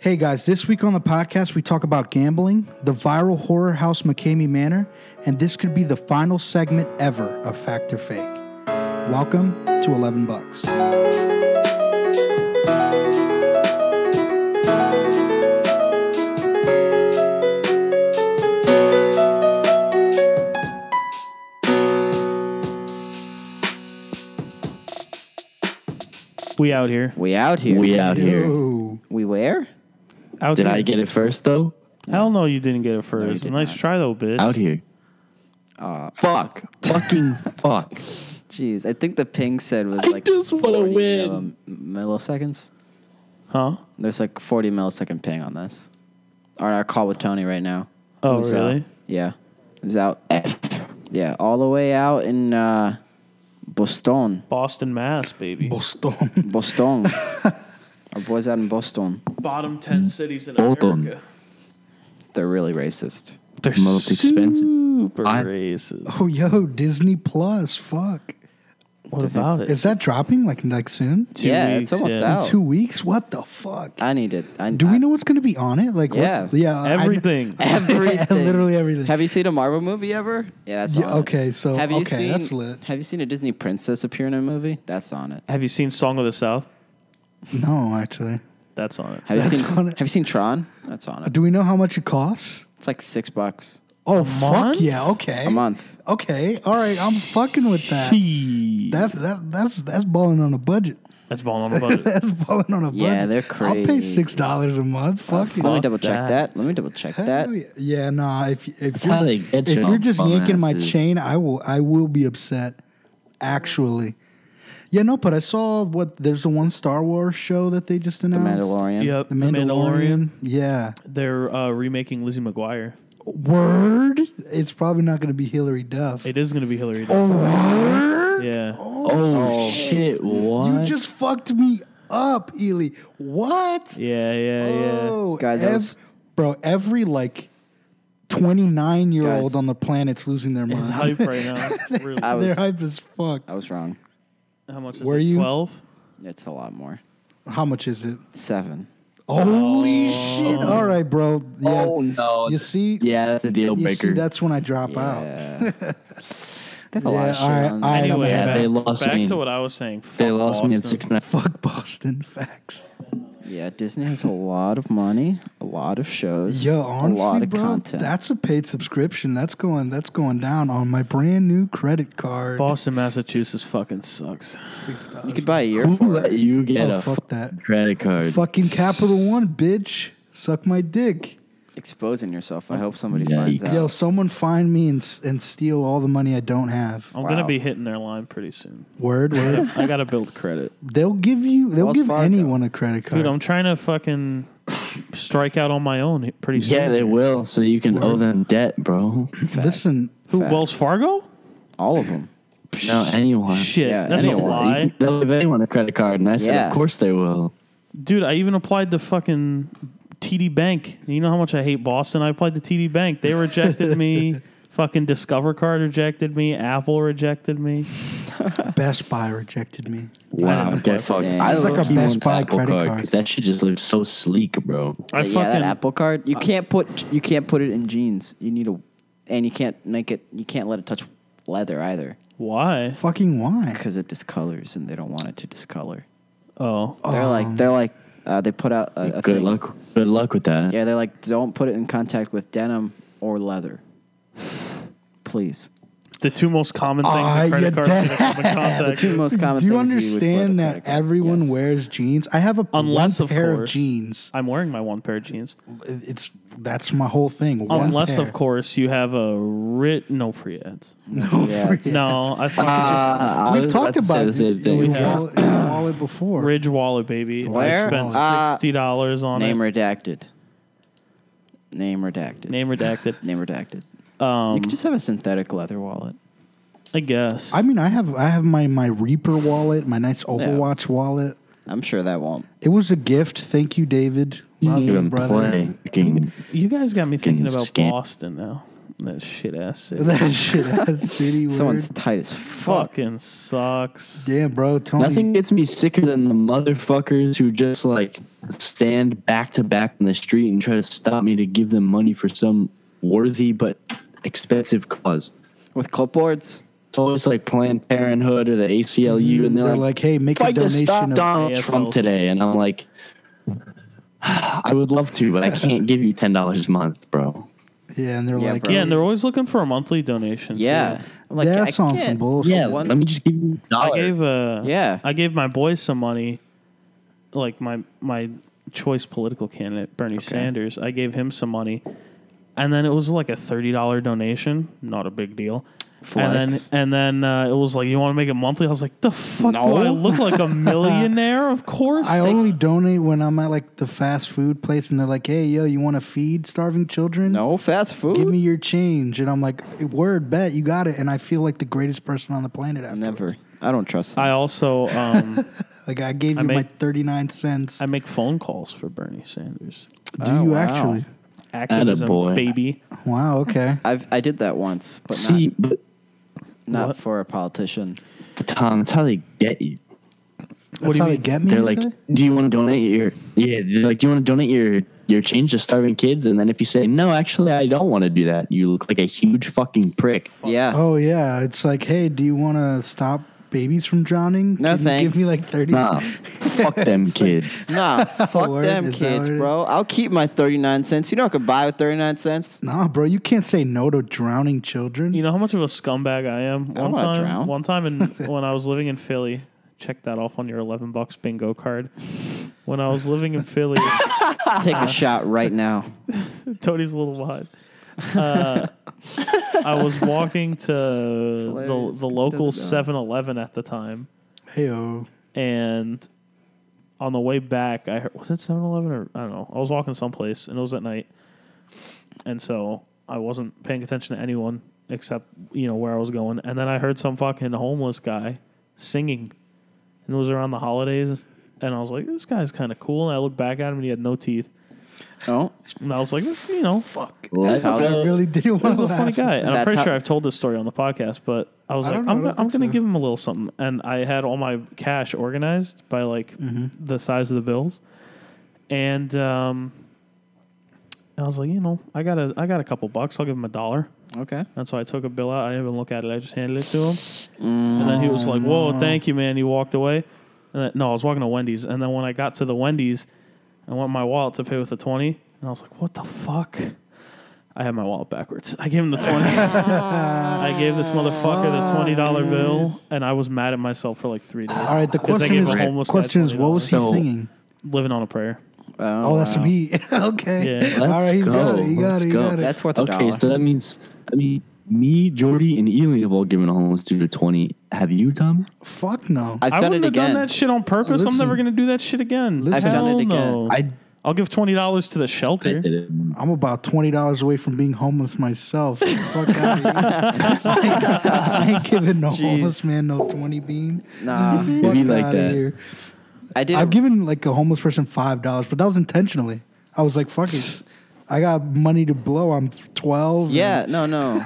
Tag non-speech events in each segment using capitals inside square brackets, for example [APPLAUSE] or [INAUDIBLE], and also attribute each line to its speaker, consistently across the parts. Speaker 1: Hey guys, this week on the podcast, we talk about gambling, the viral horror house McCamey Manor, and this could be the final segment ever of Fact or Fake. Welcome to 11 Bucks.
Speaker 2: We out here.
Speaker 3: We out here.
Speaker 4: We out here.
Speaker 3: We where?
Speaker 2: Out
Speaker 4: Did
Speaker 2: here.
Speaker 4: I get it first though?
Speaker 2: Hell no, you didn't get it
Speaker 3: you
Speaker 2: first.
Speaker 3: did
Speaker 2: nice
Speaker 3: not.
Speaker 2: try though, bitch.
Speaker 4: Out here.
Speaker 1: Uh,
Speaker 4: fuck.
Speaker 1: [LAUGHS]
Speaker 4: Fucking fuck.
Speaker 3: Jeez, I think the ping said was
Speaker 4: I
Speaker 3: like
Speaker 4: just wanna
Speaker 3: 40
Speaker 4: win.
Speaker 3: um, milliseconds.
Speaker 2: Huh?
Speaker 3: There's like 40 millisecond ping on this. On our call with Tony right now.
Speaker 2: Oh,
Speaker 3: It was, uh,
Speaker 2: really?
Speaker 3: yeah. It was out. Yeah, all the way out in uh, Boston.
Speaker 2: Boston, Mass, baby.
Speaker 1: Boston. [LAUGHS]
Speaker 3: Boston. Our boys out in Boston.
Speaker 2: Bottom 10 cities in
Speaker 4: Boston.
Speaker 2: America.
Speaker 3: They're really racist.
Speaker 2: They're
Speaker 4: Most expensive.
Speaker 2: super
Speaker 4: I-
Speaker 2: racist.
Speaker 1: Oh, yo, Disney Plus. Fuck.
Speaker 2: What about it?
Speaker 1: Is that dropping like next soon?
Speaker 3: yeah,
Speaker 2: weeks,
Speaker 3: it's almost
Speaker 2: yeah.
Speaker 3: out.
Speaker 1: Two weeks? What the fuck?
Speaker 3: I need it. I,
Speaker 1: Do
Speaker 3: I,
Speaker 1: we know what's going to be on it? Like, what's, yeah, I-
Speaker 2: Everything.
Speaker 3: [LAUGHS] everything?
Speaker 1: Literally everything.
Speaker 3: Have you seen a Marvel movie ever? Yeah, that's
Speaker 1: Yeah,
Speaker 3: on it.
Speaker 1: okay, so-
Speaker 3: have you
Speaker 1: okay,
Speaker 3: seen,
Speaker 1: that's lit.
Speaker 3: Have you seen a Disney princess appear in a movie? That's on it.
Speaker 2: Have you seen Song of the South?
Speaker 1: [LAUGHS] no, actually.
Speaker 2: That's on it.
Speaker 3: Have you
Speaker 1: That's
Speaker 3: seen
Speaker 1: on it.
Speaker 3: Have you seen Tron? That's on it.
Speaker 1: Do we know how much it costs?
Speaker 3: It's like six bucks
Speaker 1: Oh,
Speaker 2: month?
Speaker 1: fuck yeah. Okay.
Speaker 3: a month.
Speaker 1: Okay. All right. I'm fucking with that.
Speaker 2: Gee.
Speaker 1: That's that, that's that's balling on a budget. [LAUGHS]
Speaker 2: That's balling on a budget.
Speaker 1: That's balling on a budget.
Speaker 3: Yeah, they're
Speaker 1: I'll pay
Speaker 3: crazy.
Speaker 1: six dollars a month. Fuck it.
Speaker 3: Let me
Speaker 2: Fuck
Speaker 3: double check
Speaker 2: that.
Speaker 3: that. Let me double check
Speaker 1: Hell
Speaker 3: that.
Speaker 1: yeah. Yeah, nah. If if
Speaker 4: how
Speaker 1: you're,
Speaker 4: they get
Speaker 1: if
Speaker 4: you.
Speaker 1: you're just
Speaker 4: Bum
Speaker 1: yanking my
Speaker 4: asses.
Speaker 1: chain, I will I will be upset. Actually, yeah, no. But I saw what there's the one Star Wars show that they just
Speaker 3: The
Speaker 1: announced.
Speaker 3: Mandalorian.
Speaker 1: [LAUGHS]
Speaker 2: yep.
Speaker 1: The Mandalorian. Yeah.
Speaker 2: They're uh, remaking Lizzie McGuire.
Speaker 1: Word. It's probably not going to be Hillary Duff.
Speaker 2: It is going to be Hillary. Duff.
Speaker 1: oh, what?
Speaker 2: Yeah.
Speaker 4: Oh shit! What?
Speaker 1: You just fucked me up, Ely. What?
Speaker 2: Yeah, yeah, yeah.
Speaker 1: Oh,
Speaker 3: Guys, I was-
Speaker 1: bro, every like 29 year
Speaker 3: Guys.
Speaker 1: old on the planet's losing their mind.
Speaker 2: It's hype right now. Really.
Speaker 3: I
Speaker 1: They're
Speaker 3: was
Speaker 1: hype as fuck.
Speaker 3: I was wrong.
Speaker 2: How much is
Speaker 1: Were
Speaker 2: it?
Speaker 1: you-
Speaker 2: 12?
Speaker 3: It's a lot more.
Speaker 1: How much is it?
Speaker 3: Seven. Oh.
Speaker 1: Holy shit. All right, bro. Yeah.
Speaker 4: Oh no.
Speaker 1: You see?
Speaker 4: Yeah, that's a deal
Speaker 1: You see,
Speaker 4: breaker.
Speaker 1: that's when I drop
Speaker 3: [LAUGHS]
Speaker 1: out.
Speaker 3: Yeah. they have a lot of
Speaker 1: Yeah,
Speaker 3: shit
Speaker 1: all right,
Speaker 3: on.
Speaker 1: I am
Speaker 2: Anyway,
Speaker 1: a-
Speaker 4: yeah, they lost
Speaker 2: Back
Speaker 4: me.
Speaker 2: to what I was saying. Fuck
Speaker 4: they lost me in
Speaker 2: Boston.
Speaker 4: six nine.
Speaker 1: Fuck Boston facts.
Speaker 3: yeah, Disney has a lot of money, a lot of shows,
Speaker 1: Yo, honestly,
Speaker 3: a lot of
Speaker 1: bro,
Speaker 3: content.
Speaker 1: that's a paid subscription. That's going. That's going down on my brand new credit card.
Speaker 2: Boston, Massachusetts fucking sucks.
Speaker 1: Six
Speaker 3: you
Speaker 1: dollars.
Speaker 3: could buy a year
Speaker 4: Who
Speaker 3: for it.
Speaker 4: let you get
Speaker 1: Oh,
Speaker 4: a
Speaker 1: fuck that.
Speaker 4: credit card?
Speaker 1: Fucking Capital One, bitch. Suck my dick.
Speaker 3: exposing yourself. I hope somebody finds
Speaker 4: Yikes.
Speaker 3: out.
Speaker 1: Yo, someone find me and s- and steal all the money I don't have.
Speaker 2: I'm gonna
Speaker 3: Wow.
Speaker 2: be hitting their line pretty soon.
Speaker 1: Word,
Speaker 2: [LAUGHS]
Speaker 1: word.
Speaker 2: I gotta
Speaker 4: [LAUGHS]
Speaker 2: build credit,
Speaker 1: they'll give you. They'll
Speaker 3: Wells
Speaker 1: give
Speaker 3: Fargo.
Speaker 1: anyone a credit card.
Speaker 2: dude. I'm trying to fucking strike out on my own pretty soon.
Speaker 4: Yeah, they will. So you can owe them debt, bro.
Speaker 1: Listen,
Speaker 2: Who?
Speaker 3: Fact.
Speaker 2: Wells Fargo?
Speaker 3: All of them.
Speaker 4: No, anyone.
Speaker 2: Shit,
Speaker 3: Yeah,
Speaker 2: that's a
Speaker 3: anyone.
Speaker 2: lie,
Speaker 4: You- They'll give anyone a credit card, and I said,
Speaker 3: Yeah.
Speaker 4: of course they will.
Speaker 2: dude. I even applied to fucking TD Bank. You know how much I hate Boston. I applied to TD Bank. They rejected
Speaker 4: [LAUGHS]
Speaker 2: me. Fucking Discover Card rejected me. Apple rejected me.
Speaker 1: Best Buy rejected me.
Speaker 4: Wow,
Speaker 2: didn't apply
Speaker 4: get fucked.
Speaker 3: for that.
Speaker 4: I
Speaker 3: It's
Speaker 1: like
Speaker 4: low-key
Speaker 1: a Best
Speaker 4: want the
Speaker 1: Buy
Speaker 4: Apple
Speaker 1: credit
Speaker 4: card,
Speaker 1: card.
Speaker 4: 'cause That shit just looks so sleek, bro.
Speaker 2: I
Speaker 3: But
Speaker 2: fucking
Speaker 3: yeah, that Apple Card. You can't put you can't put it in jeans. You need a, and you can't make it. You can't let it touch leather either
Speaker 2: why?
Speaker 1: Fucking why?
Speaker 3: because it discolors, and they don't want it to discolor.
Speaker 2: Oh,
Speaker 3: They're like they're like uh, they put out a, a
Speaker 4: Good
Speaker 3: thing.
Speaker 4: luck. Good luck with that.
Speaker 3: Yeah, they're like don't put it in contact with denim or leather, please.
Speaker 2: the two most common things
Speaker 1: Ah,
Speaker 2: that credit
Speaker 1: you're
Speaker 2: cards
Speaker 1: dead.
Speaker 2: can come in
Speaker 3: The
Speaker 2: contact.
Speaker 3: two
Speaker 2: with.
Speaker 3: most common.
Speaker 1: Do you
Speaker 3: things would put
Speaker 1: understand
Speaker 3: a
Speaker 1: that
Speaker 3: credit card-
Speaker 1: everyone
Speaker 3: Yes.
Speaker 1: wears jeans? I have a
Speaker 2: Unless,
Speaker 1: one
Speaker 2: of
Speaker 1: pair
Speaker 2: course.
Speaker 1: of jeans.
Speaker 2: I'm wearing my one pair of jeans.
Speaker 1: It's that's my whole thing. One
Speaker 2: Unless,
Speaker 1: pair.
Speaker 2: of course, you have a writ. No free ads.
Speaker 3: Yeah, it's-
Speaker 2: No, I fucking
Speaker 4: Uh, I
Speaker 1: We've
Speaker 4: was
Speaker 1: talked
Speaker 4: to say
Speaker 1: about
Speaker 4: the same
Speaker 1: it in
Speaker 4: thing.
Speaker 1: your wallet, in your wallet before.
Speaker 2: just Ridge Wallet, baby.
Speaker 3: Where?
Speaker 2: I spent
Speaker 3: Uh,
Speaker 2: sixty dollars on
Speaker 3: Name
Speaker 2: it.
Speaker 3: redacted. Name redacted.
Speaker 2: Name redacted.
Speaker 3: Name redacted. [SIGHS] you
Speaker 2: Um,
Speaker 3: could just have a synthetic leather wallet.
Speaker 2: I guess.
Speaker 1: I mean, I have I have my my Reaper wallet, my nice Overwatch wallet.
Speaker 3: I'm sure that won't.
Speaker 1: It was a gift. Thank you, David. Love you,
Speaker 4: Even
Speaker 1: brother.
Speaker 4: play. Fucking-
Speaker 2: you guys got me thinking
Speaker 4: Fucking
Speaker 2: about
Speaker 4: scam.
Speaker 2: Boston now. That shit
Speaker 1: [LAUGHS]
Speaker 2: ass city.
Speaker 1: that shit ass city
Speaker 2: [LAUGHS]
Speaker 1: word.
Speaker 3: Someone's tight as fuck.
Speaker 2: Fucking sucks.
Speaker 1: Damn, bro, Tony.
Speaker 4: Nothing gets me sicker than the motherfuckers who just like stand back to back in the street and try to stop me to give them money for some worthy but expensive cause.
Speaker 3: With clipboards.
Speaker 4: It's always like Planned Parenthood or the ACLU, and they're,
Speaker 1: Mm-hmm. They're
Speaker 4: like,
Speaker 1: like, hey, make a
Speaker 4: "Fight to stop
Speaker 1: donation of
Speaker 4: Donald
Speaker 2: AFLs.
Speaker 4: Trump today," and I'm like, [SIGHS] "I would love
Speaker 1: [LAUGHS]
Speaker 4: to, but I can't give you ten dollars a month, bro."
Speaker 1: Yeah, and they're
Speaker 3: Yeah,
Speaker 1: like,
Speaker 3: bro.
Speaker 2: Yeah, and they're always looking for a monthly donation. too.
Speaker 3: Yeah. I'm like, I
Speaker 1: that's on some
Speaker 3: can't-
Speaker 1: bullshit.
Speaker 4: Yeah,
Speaker 3: One-
Speaker 4: let me just give you a
Speaker 2: I
Speaker 4: dollar.
Speaker 2: gave uh
Speaker 3: Yeah.
Speaker 2: I gave my boys some money, like my my choice political candidate Bernie Sanders. I gave him some money, and then it was like a thirty dollar donation, not a big deal. And then
Speaker 3: Flex.
Speaker 2: and then uh, it was like, you want to make it monthly? I was like, the fuck do
Speaker 3: No.
Speaker 2: I look like
Speaker 3: [LAUGHS]
Speaker 2: a millionaire? of course.
Speaker 1: I only donate when I'm at like the fast food place, and they're like, "Hey, yo, you want to feed starving children?
Speaker 3: No fast food.
Speaker 1: give me your change." And I'm like, "Word, bet you got it." And I feel like the greatest person on the planet. Afterwards.
Speaker 3: Never. I don't trust
Speaker 2: [LAUGHS]
Speaker 3: them.
Speaker 2: I also um,
Speaker 1: Like I gave you my
Speaker 2: make-
Speaker 1: 39 cents.
Speaker 2: I make phone calls for Bernie Sanders.
Speaker 1: Do
Speaker 3: Oh,
Speaker 1: you
Speaker 3: wow.
Speaker 1: actually?
Speaker 2: Activism,
Speaker 4: boy.
Speaker 2: baby.
Speaker 1: Wow. Okay.
Speaker 3: I've I did that once, but
Speaker 4: See, but
Speaker 3: not, not
Speaker 2: What?
Speaker 3: for a politician.
Speaker 4: Tom, that's how they get you.
Speaker 1: That's
Speaker 2: do you
Speaker 1: how they
Speaker 2: mean?
Speaker 1: get me.
Speaker 4: They're
Speaker 1: you
Speaker 4: like,
Speaker 1: say?
Speaker 4: "Do you want to donate your yeah? They're like, do you want to donate your your change to starving kids?" And then if you say no, actually, I don't want to do that, you look like a huge fucking prick.
Speaker 3: Yeah.
Speaker 1: "Oh yeah." It's like, "Hey, do you want to stop babies from drowning?
Speaker 3: No,
Speaker 1: Can you Give
Speaker 3: thanks.
Speaker 1: me like 30."
Speaker 4: Nah,
Speaker 1: [LAUGHS]
Speaker 4: fuck them kids.
Speaker 3: Nah, fuck
Speaker 1: Word,
Speaker 3: them
Speaker 1: is that
Speaker 3: kids,
Speaker 1: what it is?
Speaker 3: bro. I'll keep my 39 cents. You know I could buy with 39 [LAUGHS] cents?
Speaker 1: Nah, bro, you can't say no to drowning children.
Speaker 2: You know how much of a scumbag I am.
Speaker 3: I
Speaker 2: One
Speaker 3: don't wanna
Speaker 2: time,
Speaker 3: drown.
Speaker 2: one time,
Speaker 3: [LAUGHS]
Speaker 2: in, when I was living in Philly, check that off on your eleven bucks bingo card. When I was living in Philly, [LAUGHS]
Speaker 3: Take a shot right [LAUGHS] now.
Speaker 2: Tony's a little behind. Uh, I was walking to the,
Speaker 3: hilarious.
Speaker 2: the
Speaker 3: He
Speaker 2: local
Speaker 3: doesn't know.
Speaker 2: 7-Eleven at the time,
Speaker 1: Hey, oh.
Speaker 2: and on the way back, I heard was it 7-Eleven or I don't know. I was walking someplace, and it was at night, and so I wasn't paying attention to anyone except you know where I was going. And then I heard some fucking homeless guy singing, and it was around the holidays, and I was like, this guy's kind of cool. And I looked back at him, and he had no teeth,
Speaker 3: No?
Speaker 2: and I was like, this you know. Fuck.
Speaker 4: Let's
Speaker 3: how
Speaker 1: I really didn't
Speaker 2: [LAUGHS] He
Speaker 1: want
Speaker 2: uh, was
Speaker 1: to
Speaker 2: a
Speaker 1: laugh.
Speaker 2: funny guy, and I'm
Speaker 3: That's
Speaker 2: pretty
Speaker 3: how-
Speaker 2: sure I've told this story on the podcast. But I was
Speaker 1: I
Speaker 2: like,
Speaker 1: don't
Speaker 2: I'm,
Speaker 1: know, I
Speaker 2: gonna-
Speaker 1: don't
Speaker 2: I'm
Speaker 1: think
Speaker 2: going to
Speaker 1: so.
Speaker 2: give him a little something, and I had all my cash organized by like
Speaker 1: Mm-hmm.
Speaker 2: the size of the bills, and um, I was like, you know, I got a I got a couple bucks. I'll give him a dollar.
Speaker 3: Okay.
Speaker 2: And so I took a bill out. I didn't even look at it. I just handed it to him, and then he was like, "Whoa,
Speaker 1: Mm.
Speaker 2: thank you, man." He walked away. And then, no, I was walking to Wendy's, and then when I got to the Wendy's, I went in my wallet to pay with the twenty, and I was like, "What the fuck?" I had my wallet backwards. I gave him the twenty. I gave this motherfucker the twenty dollar bill, and I was mad at myself for like three days.
Speaker 1: All right, the
Speaker 2: 'Cause I
Speaker 1: question
Speaker 2: gave a
Speaker 1: is,
Speaker 2: homeless guy
Speaker 1: question is, what was he
Speaker 4: $20.
Speaker 1: singing?
Speaker 2: living on a prayer.
Speaker 1: Oh, that's some heat. [LAUGHS] okay.
Speaker 2: Yeah.
Speaker 4: Let's
Speaker 1: All right, you
Speaker 4: go.
Speaker 1: got it. You got
Speaker 4: Let's
Speaker 1: it. You
Speaker 4: go.
Speaker 1: got it.
Speaker 3: That's worth a
Speaker 4: Okay,
Speaker 3: dollar.
Speaker 4: so that means I mean me, Jordy, and Ely have all given a homeless dude a twenty. Have you, Tom?
Speaker 1: Fuck no.
Speaker 3: I've
Speaker 2: I
Speaker 3: done
Speaker 2: wouldn't
Speaker 3: it
Speaker 2: have
Speaker 3: again.
Speaker 2: done that shit on purpose.
Speaker 1: Listen.
Speaker 2: I'm never gonna do that shit again.
Speaker 1: I've
Speaker 2: Hell
Speaker 3: done it again.
Speaker 2: No.
Speaker 4: I,
Speaker 2: I'll give twenty dollars to the
Speaker 4: I
Speaker 2: shelter.
Speaker 4: did it.
Speaker 1: I'm about twenty dollars away from being homeless myself. Fuck out here. [LAUGHS] I ain't giving no homeless man no twenty bean.
Speaker 3: Nah.
Speaker 1: Fuck
Speaker 4: be like uh,
Speaker 1: outta
Speaker 4: that.
Speaker 1: here.
Speaker 3: I did
Speaker 1: I've
Speaker 3: it
Speaker 1: given like a homeless person five dollars, but that was intentionally. I was like, fuck
Speaker 4: [LAUGHS]
Speaker 1: it. I got money to blow. I'm twelve.
Speaker 3: Yeah, no, no.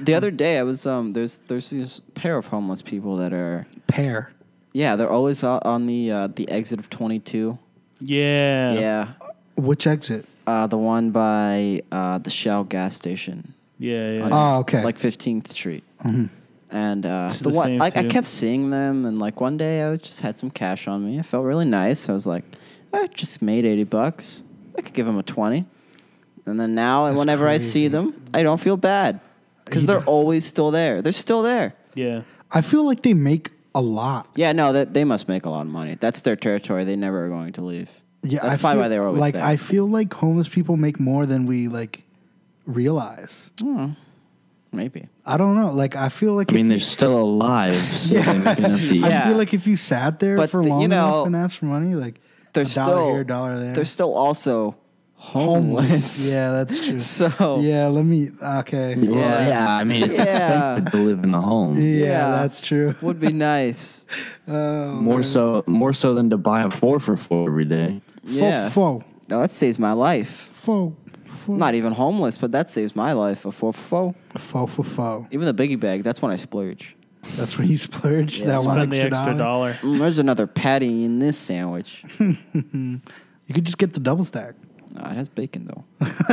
Speaker 3: the other day I was um there's there's this pair of homeless people that are
Speaker 1: and Pair.
Speaker 3: yeah, they're always out on the uh, the exit of 22.
Speaker 2: Yeah.
Speaker 3: Yeah.
Speaker 1: Which exit?
Speaker 3: Uh, the one by uh, the Shell gas station.
Speaker 2: Yeah. yeah.
Speaker 3: on,
Speaker 1: Oh, okay. Mm-hmm.
Speaker 3: Like 15th Street. And uh,
Speaker 2: It's
Speaker 3: the,
Speaker 2: the
Speaker 3: one,
Speaker 2: same
Speaker 3: I, I
Speaker 2: too.
Speaker 3: kept seeing them, and like one day I was- just had some cash on me. I felt really nice. I was like, I just made 80 bucks. I could give them a 20. And then now, and
Speaker 1: That's
Speaker 3: whenever I see
Speaker 1: crazy.
Speaker 3: them, I don't feel bad because
Speaker 1: You
Speaker 3: they're
Speaker 1: don't-
Speaker 3: always still there. They're still there.
Speaker 2: yeah.
Speaker 1: I feel like they make a lot.
Speaker 3: Yeah, no, that they must make a lot of money. That's their territory. They never are going to leave.
Speaker 1: Yeah,
Speaker 3: that's
Speaker 1: I
Speaker 3: probably
Speaker 1: feel,
Speaker 3: why they were always
Speaker 1: like.
Speaker 3: there.
Speaker 1: I feel like homeless people make more than we like realize.
Speaker 3: Hmm. Maybe.
Speaker 1: I don't know. Like I feel like
Speaker 4: I mean,
Speaker 1: if
Speaker 4: they're still alive,
Speaker 1: [LAUGHS]
Speaker 4: so yeah. they're gonna have to eat.
Speaker 1: you,
Speaker 3: Yeah.
Speaker 1: I feel like if you sat there
Speaker 3: But
Speaker 1: for
Speaker 3: the- you
Speaker 1: long
Speaker 3: know,
Speaker 1: enough and asked for money, like
Speaker 3: They're
Speaker 1: a
Speaker 3: still
Speaker 1: dollar here, a dollar there.
Speaker 3: They're still also homeless.
Speaker 1: [LAUGHS] Yeah, that's true.
Speaker 3: [LAUGHS] So
Speaker 1: yeah, let me. Okay. Yeah,
Speaker 4: Yeah, yeah. I mean, it's
Speaker 3: Yeah.
Speaker 4: expensive to live in a home.
Speaker 3: Yeah.
Speaker 1: that's true.
Speaker 3: would be nice.
Speaker 1: Oh,
Speaker 4: More so, more so than to buy a [LAUGHS] four for four every day.
Speaker 1: yeah.
Speaker 3: yeah.
Speaker 1: Fo,
Speaker 3: No, that saves my life.
Speaker 1: fo, fo, four.
Speaker 3: Not even homeless, but that saves my life. A four for four.
Speaker 1: Faux for faux.
Speaker 3: Even the biggie bag, that's when I splurge.
Speaker 1: That's when you splurged
Speaker 3: Yeah,
Speaker 1: that one
Speaker 2: Spend
Speaker 1: extra,
Speaker 2: the extra
Speaker 1: dollar.
Speaker 2: dollar.
Speaker 3: Mm, there's another patty in this sandwich.
Speaker 1: You could just get the double stack. [LAUGHS]
Speaker 3: Ah, it has bacon though.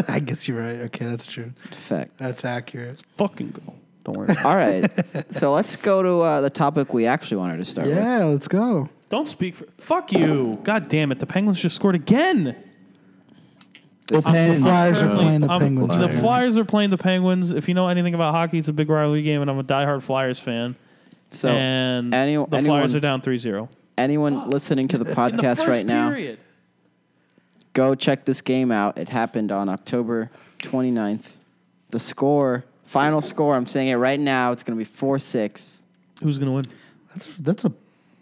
Speaker 1: I guess you're right. Okay, that's true.
Speaker 3: It's a fact.
Speaker 1: That's accurate.
Speaker 2: Fucking go. Don't worry. [LAUGHS]
Speaker 3: All right. So let's go to uh, the topic we actually wanted to start with.
Speaker 1: Yeah, let's go.
Speaker 2: Don't speak for. Fuck you. God damn it. The Penguins just scored again.
Speaker 3: This
Speaker 1: The
Speaker 3: is-
Speaker 2: I'm
Speaker 1: Flyers are
Speaker 2: currently-
Speaker 1: playing the
Speaker 2: I'm-
Speaker 1: Penguins.
Speaker 2: Um, The
Speaker 1: right now.
Speaker 2: Flyers are playing the Penguins. If you know anything about hockey, it's a big rivalry game, and I'm a diehard Flyers fan.
Speaker 3: So
Speaker 2: and
Speaker 3: any-
Speaker 2: the Flyers
Speaker 3: anyone-
Speaker 2: are down 3-0.
Speaker 3: anyone listening to the
Speaker 2: In the
Speaker 3: podcast
Speaker 2: first
Speaker 3: right now,
Speaker 2: period.
Speaker 3: go check this game out. It happened on October 29th. The score, final score, I'm saying it right now, it's going to be 4 6.
Speaker 2: Who's going to win?
Speaker 1: That's, that's a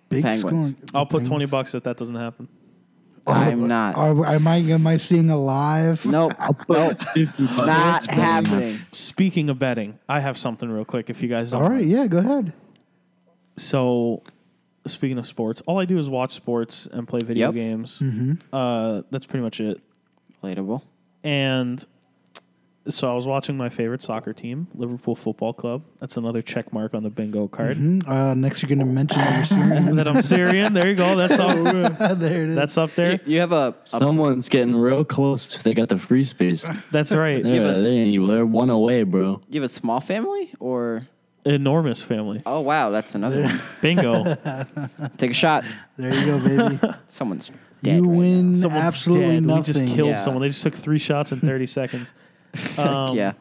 Speaker 1: big
Speaker 3: Penguins.
Speaker 1: scoring.
Speaker 2: I'll put
Speaker 1: Penguins.
Speaker 2: 20 bucks if that doesn't happen.
Speaker 4: Oh,
Speaker 3: I'm not.
Speaker 1: Are, am I am I seeing a live? [LAUGHS]
Speaker 3: nope. nope. It's not
Speaker 4: That's funny.
Speaker 3: happening.
Speaker 2: Speaking of betting, I have something real quick if you guys don't
Speaker 1: All
Speaker 2: mind.
Speaker 1: right, yeah, go ahead.
Speaker 2: So, speaking of sports, all I do is watch sports and play video
Speaker 3: Yep.
Speaker 2: games.
Speaker 1: Mm-hmm.
Speaker 2: Uh, that's pretty much it.
Speaker 3: Relatable.
Speaker 2: And so I was watching my favorite soccer team, Liverpool Football Club. That's another check mark on the bingo card.
Speaker 1: Mhm. Uh, next, you're going to mention that you're Syrian.
Speaker 2: [LAUGHS] That I'm Syrian. There you go. That's
Speaker 1: [LAUGHS]
Speaker 2: all.
Speaker 1: there it is.
Speaker 2: That's up there.
Speaker 3: You have a, a
Speaker 4: Someone's getting real close if they got the free space.
Speaker 2: That's right.
Speaker 4: They're,
Speaker 3: us-
Speaker 4: they ain't- they're one away, bro.
Speaker 3: you have a small family or
Speaker 2: Enormous family.
Speaker 3: Oh wow, that's another
Speaker 1: [LAUGHS]
Speaker 3: one.
Speaker 2: Bingo.
Speaker 3: Take a shot.
Speaker 1: there you go, baby.
Speaker 3: Someone's [LAUGHS] dead.
Speaker 1: you
Speaker 3: right
Speaker 1: win
Speaker 2: Someone's
Speaker 1: absolutely
Speaker 2: dead.
Speaker 1: nothing.
Speaker 2: We just killed
Speaker 3: Yeah.
Speaker 2: someone. They just took three shots in 30 seconds.
Speaker 3: now.
Speaker 2: Um,
Speaker 3: [LAUGHS] yeah.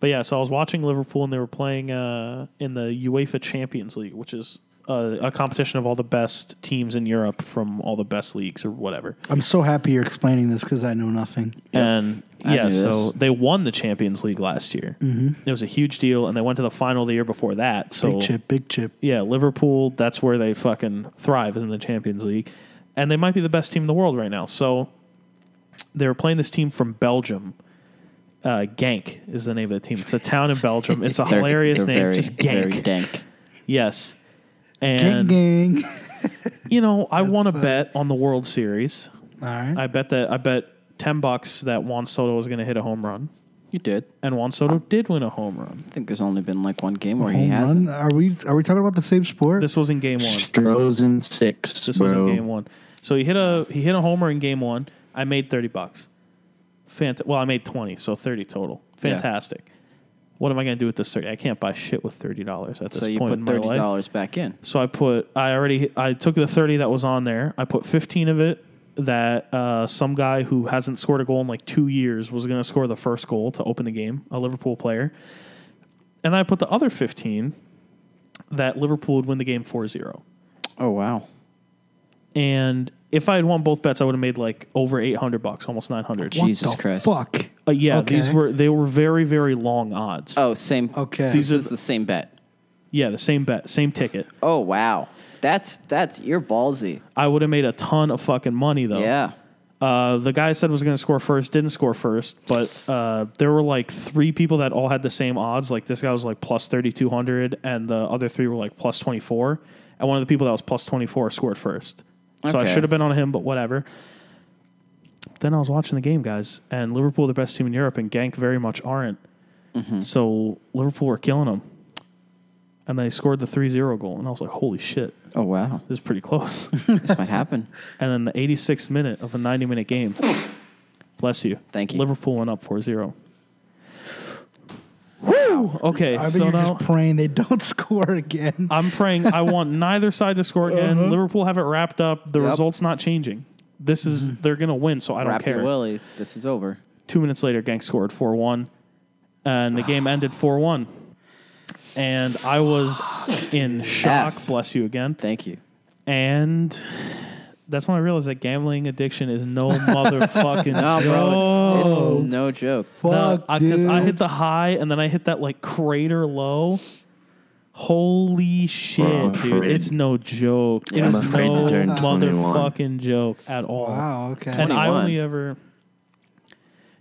Speaker 2: But yeah, so I was watching Liverpool and they were playing uh, in the UEFA Champions League, which is uh, a competition of all the best teams in Europe from all the best leagues or whatever.
Speaker 1: I'm so happy you're explaining this because I know nothing.
Speaker 2: And
Speaker 3: I
Speaker 2: yeah,
Speaker 3: knew
Speaker 2: so
Speaker 3: this. Mm-hmm.
Speaker 2: they won the Champions League last year. It was a huge deal, and they went to the final the year before that. So
Speaker 1: Big chip, big chip.
Speaker 2: yeah, Liverpool, that's where they fucking thrive is in the Champions League. And they might be the best team in the world right now. So they were playing this team from Belgium. Uh, Gank is the name of the team. It's a town in Belgium. It's a
Speaker 3: [LAUGHS] They're-
Speaker 2: hilarious
Speaker 3: they're
Speaker 2: name.
Speaker 3: Very,
Speaker 2: Just
Speaker 3: Very
Speaker 2: Gank.
Speaker 3: dank.
Speaker 2: yes.
Speaker 1: Gang,
Speaker 2: And,
Speaker 1: gang.
Speaker 2: [LAUGHS] you know, I want to bet on the World Series.
Speaker 1: [LAUGHS] All right.
Speaker 2: I bet that I bet 10 bucks that Juan Soto was going to hit a home run.
Speaker 3: You did.
Speaker 2: And Juan Soto did win a home run.
Speaker 3: I think there's only been like one game where he
Speaker 1: Home
Speaker 3: hasn't.
Speaker 1: run. Are we are we talking about the same sport?
Speaker 2: This was in game one.
Speaker 4: Strozen six,
Speaker 2: This was
Speaker 4: bro.
Speaker 2: in game one. So he hit a he hit a homer in game one. I made thirty bucks. Fant- well, I made twenty, so thirty total.
Speaker 3: Yeah.
Speaker 2: Fantastic. What am I going to do with this thirty? I can't buy shit with thirty dollars at this
Speaker 3: So you
Speaker 2: point
Speaker 3: put
Speaker 2: in
Speaker 3: thirty
Speaker 2: my life.
Speaker 3: dollars back in.
Speaker 2: So I put I already I took the thirty that was on there. I put fifteen of it that uh, some guy who hasn't scored a goal in like two years was going to score the first goal to open the game, a Liverpool player. And I put the other fifteen that Liverpool would win the game 4-0.
Speaker 3: Oh wow.
Speaker 2: and if I had won both bets, I would have made like over eight hundred bucks, almost nine hundred.
Speaker 1: What
Speaker 3: Jesus
Speaker 1: the
Speaker 3: Christ.
Speaker 1: Fuck.
Speaker 2: Uh, yeah,
Speaker 1: Okay. Uh,
Speaker 2: these were they were very very long odds.
Speaker 3: Oh, same.
Speaker 1: Okay.
Speaker 3: This
Speaker 1: These
Speaker 3: is the same bet.
Speaker 2: yeah, the same bet, same ticket.
Speaker 3: Oh wow. That's that's you're ballsy.
Speaker 2: I would have made a ton of fucking money though.
Speaker 3: Yeah.
Speaker 2: Uh, the guy I said was going to score first, didn't score first, but uh, there were like three people that all had the same odds. Like this guy was like plus thirty two hundred, and the other three were like plus twenty four. And one of the people that was plus twenty four scored first. So I
Speaker 3: Okay.
Speaker 2: should have been on him, but whatever. Then I was watching the game, guys, and Liverpool are the best team in Europe, and Gank very much aren't. So Liverpool were killing them. And they scored the 3 0 goal. And I was like, holy shit,
Speaker 3: Oh wow.
Speaker 2: this is pretty close.
Speaker 3: This might happen.
Speaker 2: And then the 86th minute of a 90 minute game. Bless you.
Speaker 3: Thank you.
Speaker 2: Liverpool went up 4 0. Woo! Okay,
Speaker 1: I bet
Speaker 2: so
Speaker 1: you're
Speaker 2: now
Speaker 1: just praying they don't [LAUGHS] score again.
Speaker 2: I'm praying I
Speaker 3: [LAUGHS]
Speaker 2: want neither side to score again. Liverpool have it wrapped up. The
Speaker 3: Uh-huh. Yep. Mm-hmm.
Speaker 2: result's not changing. This is, they're going to win, so I don't
Speaker 3: Wrap
Speaker 2: care.
Speaker 3: your willies. This is over.
Speaker 2: Two minutes later, Gank scored 4 1. And the
Speaker 3: Ah.
Speaker 2: game ended 4 1. And I
Speaker 3: [SIGHS]
Speaker 2: was in shock.
Speaker 3: F.
Speaker 2: Bless you again.
Speaker 3: Thank you.
Speaker 2: And that's when I realized that gambling addiction is
Speaker 3: [LAUGHS]
Speaker 2: no motherfucking
Speaker 3: No, bro, it's,
Speaker 1: Oh.
Speaker 3: it's no joke.
Speaker 1: [LAUGHS] Fuck,
Speaker 2: Because I
Speaker 1: dude.
Speaker 2: hit the high and then I hit that like crater low. Holy shit,
Speaker 4: Bro, I'm
Speaker 2: dude.
Speaker 4: afraid-
Speaker 2: It's no joke.
Speaker 3: Yeah,
Speaker 2: it
Speaker 3: I'm
Speaker 2: is
Speaker 4: afraid
Speaker 2: no
Speaker 4: to turn 21.
Speaker 2: motherfucking joke at all.
Speaker 1: Wow. Okay.
Speaker 2: And I
Speaker 3: 21.
Speaker 2: only ever.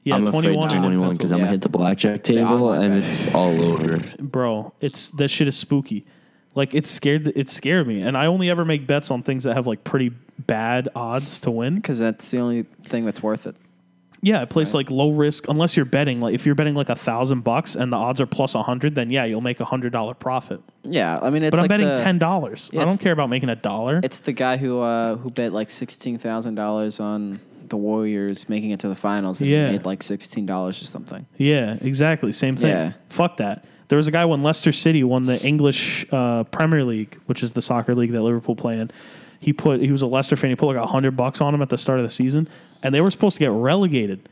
Speaker 2: Yeah,
Speaker 4: I'm afraid
Speaker 2: 21.
Speaker 4: to
Speaker 2: I didn't
Speaker 4: 21
Speaker 2: pencil.
Speaker 4: because I'm
Speaker 3: Yeah.
Speaker 4: gonna hit the blackjack
Speaker 3: odds
Speaker 4: table
Speaker 3: aren't
Speaker 4: and
Speaker 3: bad.
Speaker 4: it's all over.
Speaker 2: bro it's that shit is spooky like it scared it scared me and i only ever make bets on things that have like pretty bad odds to win
Speaker 3: Because that's the only thing that's worth it.
Speaker 2: Yeah, I place like low risk unless you're betting. Like if you're betting like a thousand bucks and the odds are plus a hundred, then yeah, you'll make a hundred dollar profit.
Speaker 3: Yeah, I mean, it's
Speaker 2: But
Speaker 3: like
Speaker 2: I'm betting
Speaker 3: the,
Speaker 2: ten dollars.
Speaker 3: Yeah,
Speaker 2: I
Speaker 3: it's-
Speaker 2: don't care about making a dollar.
Speaker 3: It's the guy who uh, who bet like sixteen thousand dollars on the Warriors making it to the finals, and
Speaker 2: Yeah.
Speaker 3: he made like sixteen dollars or something.
Speaker 2: Yeah, exactly. Same thing.
Speaker 3: Yeah.
Speaker 2: Fuck that. There was a guy when Leicester City won the English uh, Premier League, which is the soccer league that Liverpool play in. He put he was a Leicester fan. He put like a hundred bucks on him at the start of the season, and they were supposed to get relegated.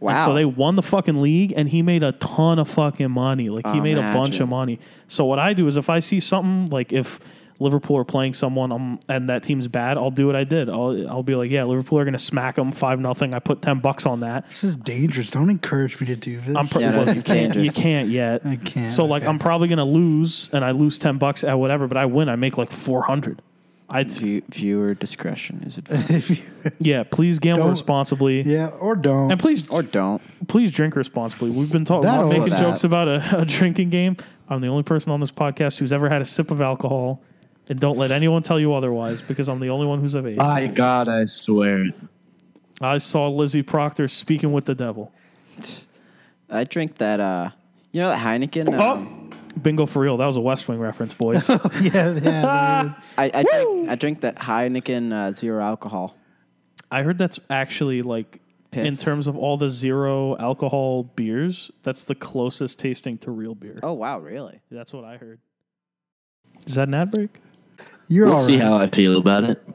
Speaker 3: Wow.
Speaker 2: And so they won the fucking league, and he made a ton of fucking money. Like he made a bunch
Speaker 3: Imagine.
Speaker 2: of money. So what I do is if I see something like if Liverpool are playing someone um, and that team's bad, I'll do what I did. I'll I'll be like, yeah, Liverpool are gonna smack them five nothing. I put ten bucks on that.
Speaker 1: This is dangerous. Don't encourage me to do this.
Speaker 2: I'm pro-
Speaker 3: Yeah,
Speaker 2: well,
Speaker 3: this
Speaker 2: you
Speaker 3: is
Speaker 2: can't,
Speaker 3: dangerous.
Speaker 2: you can't yet.
Speaker 1: I can't,
Speaker 2: So like
Speaker 1: okay.
Speaker 2: I'm probably gonna lose, and I lose ten bucks at whatever, but I win. I make like four hundred. I
Speaker 3: View, viewer discretion is
Speaker 1: [LAUGHS]
Speaker 3: advised, [LAUGHS]
Speaker 1: If you-
Speaker 2: yeah. Please gamble
Speaker 1: Don't-
Speaker 2: responsibly,
Speaker 1: yeah, or don't.
Speaker 2: and please
Speaker 3: or don't.
Speaker 2: please drink responsibly. We've been talking
Speaker 1: That's-
Speaker 2: making
Speaker 3: That.
Speaker 2: jokes about a, [LAUGHS] a drinking game. I'm the only person on this podcast who's ever had a sip of alcohol, and don't let anyone tell you otherwise because I'm the only one who's of
Speaker 3: Uh,
Speaker 2: age.
Speaker 4: My God, I swear. it.
Speaker 2: I saw Lizzie Proctor speaking with the devil.
Speaker 3: I drink that. Uh, you know that Heineken.
Speaker 2: Oh,
Speaker 3: Um,
Speaker 2: bingo for real. That was a West Wing reference,
Speaker 3: [LAUGHS]
Speaker 2: boys.
Speaker 1: yeah, yeah.
Speaker 2: [LAUGHS]
Speaker 1: dude.
Speaker 3: I, I drink. I drink that Heineken uh, zero alcohol.
Speaker 2: I heard that's actually like
Speaker 3: Piss.
Speaker 2: in terms of all the zero alcohol beers, that's the closest tasting to real beer.
Speaker 3: Oh wow, really?
Speaker 2: That's what I heard. Is that an ad break?
Speaker 1: You're
Speaker 4: We'll
Speaker 1: all
Speaker 4: see
Speaker 1: right.
Speaker 4: how I feel about it.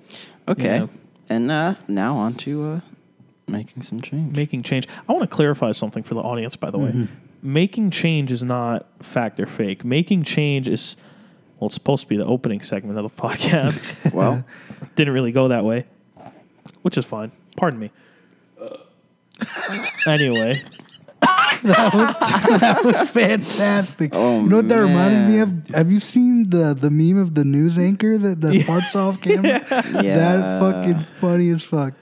Speaker 3: Okay.
Speaker 2: Yeah.
Speaker 3: And uh, now on to uh, making some change.
Speaker 2: Making change. I want to clarify something for the audience, by the way.
Speaker 1: Mm-hmm.
Speaker 2: Making change is not fact or fake. Making change is well, it's supposed to be the opening segment of the podcast.
Speaker 1: [LAUGHS]
Speaker 3: Well,
Speaker 2: Didn't really go that way. Which is fine.
Speaker 1: [LAUGHS]
Speaker 2: Pardon me. anyway.
Speaker 1: [LAUGHS] Fantastic.
Speaker 3: Oh,
Speaker 1: you know what that reminded me
Speaker 3: man.
Speaker 1: of? Have you seen the the meme of the news anchor that
Speaker 2: [LAUGHS]
Speaker 1: that parts off camera?
Speaker 3: yeah.
Speaker 1: That fucking funny as fuck.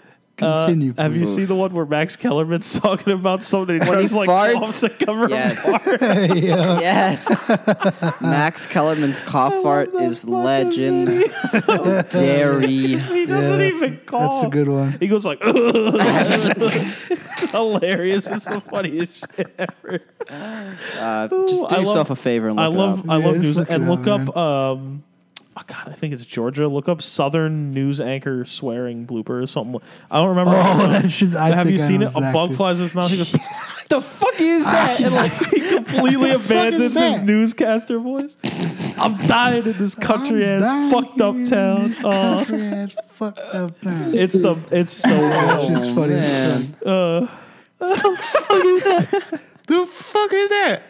Speaker 2: Uh,
Speaker 1: Continue.
Speaker 2: have you
Speaker 1: please.
Speaker 2: seen the one where Max Kellerman's [LAUGHS] talking about somebody tries like
Speaker 3: farts?
Speaker 2: farts? to cover up
Speaker 3: Yes.
Speaker 2: [LAUGHS] fart?
Speaker 1: yeah. [LAUGHS]
Speaker 2: [LAUGHS]
Speaker 3: Yes. Max Kellerman's cough fart is legend. [LAUGHS] Dairy.
Speaker 2: He doesn't
Speaker 1: that's-
Speaker 2: even call.
Speaker 1: That's a good [LAUGHS] one.
Speaker 2: He goes like, [LAUGHS] hilarious! It's the funniest [LAUGHS] shit ever.
Speaker 3: Uh,
Speaker 2: Ooh,
Speaker 3: just do
Speaker 2: I love-
Speaker 3: yourself a favor and look
Speaker 2: I
Speaker 3: it
Speaker 2: [LAUGHS] love,
Speaker 3: up.
Speaker 2: I
Speaker 1: Yeah,
Speaker 2: love
Speaker 1: just
Speaker 2: news
Speaker 1: look it
Speaker 2: and
Speaker 1: up,
Speaker 2: look up. Um, oh God, I think it's Georgia. Look up Southern news anchor swearing blooper or something. I don't remember.
Speaker 1: Oh, that shit. I
Speaker 2: Have
Speaker 1: think
Speaker 2: you
Speaker 1: I
Speaker 2: seen
Speaker 1: know
Speaker 2: it? A bug
Speaker 1: exactly. [LAUGHS]
Speaker 2: flies in his mouth. He goes.
Speaker 3: The fuck is that?
Speaker 2: and like [LAUGHS] he completely
Speaker 1: fuck is
Speaker 2: abandons his
Speaker 1: that?
Speaker 2: newscaster voice. I'm dying in this country
Speaker 1: I'm
Speaker 2: ass
Speaker 1: dying
Speaker 2: fucked up
Speaker 1: in
Speaker 2: town.
Speaker 1: this
Speaker 2: Oh,
Speaker 1: country ass fucked up town.
Speaker 2: it's the it's
Speaker 1: [LAUGHS]
Speaker 2: so
Speaker 1: That shit's funny as
Speaker 3: man.
Speaker 1: fuck.
Speaker 2: uh,
Speaker 1: The fuck is that?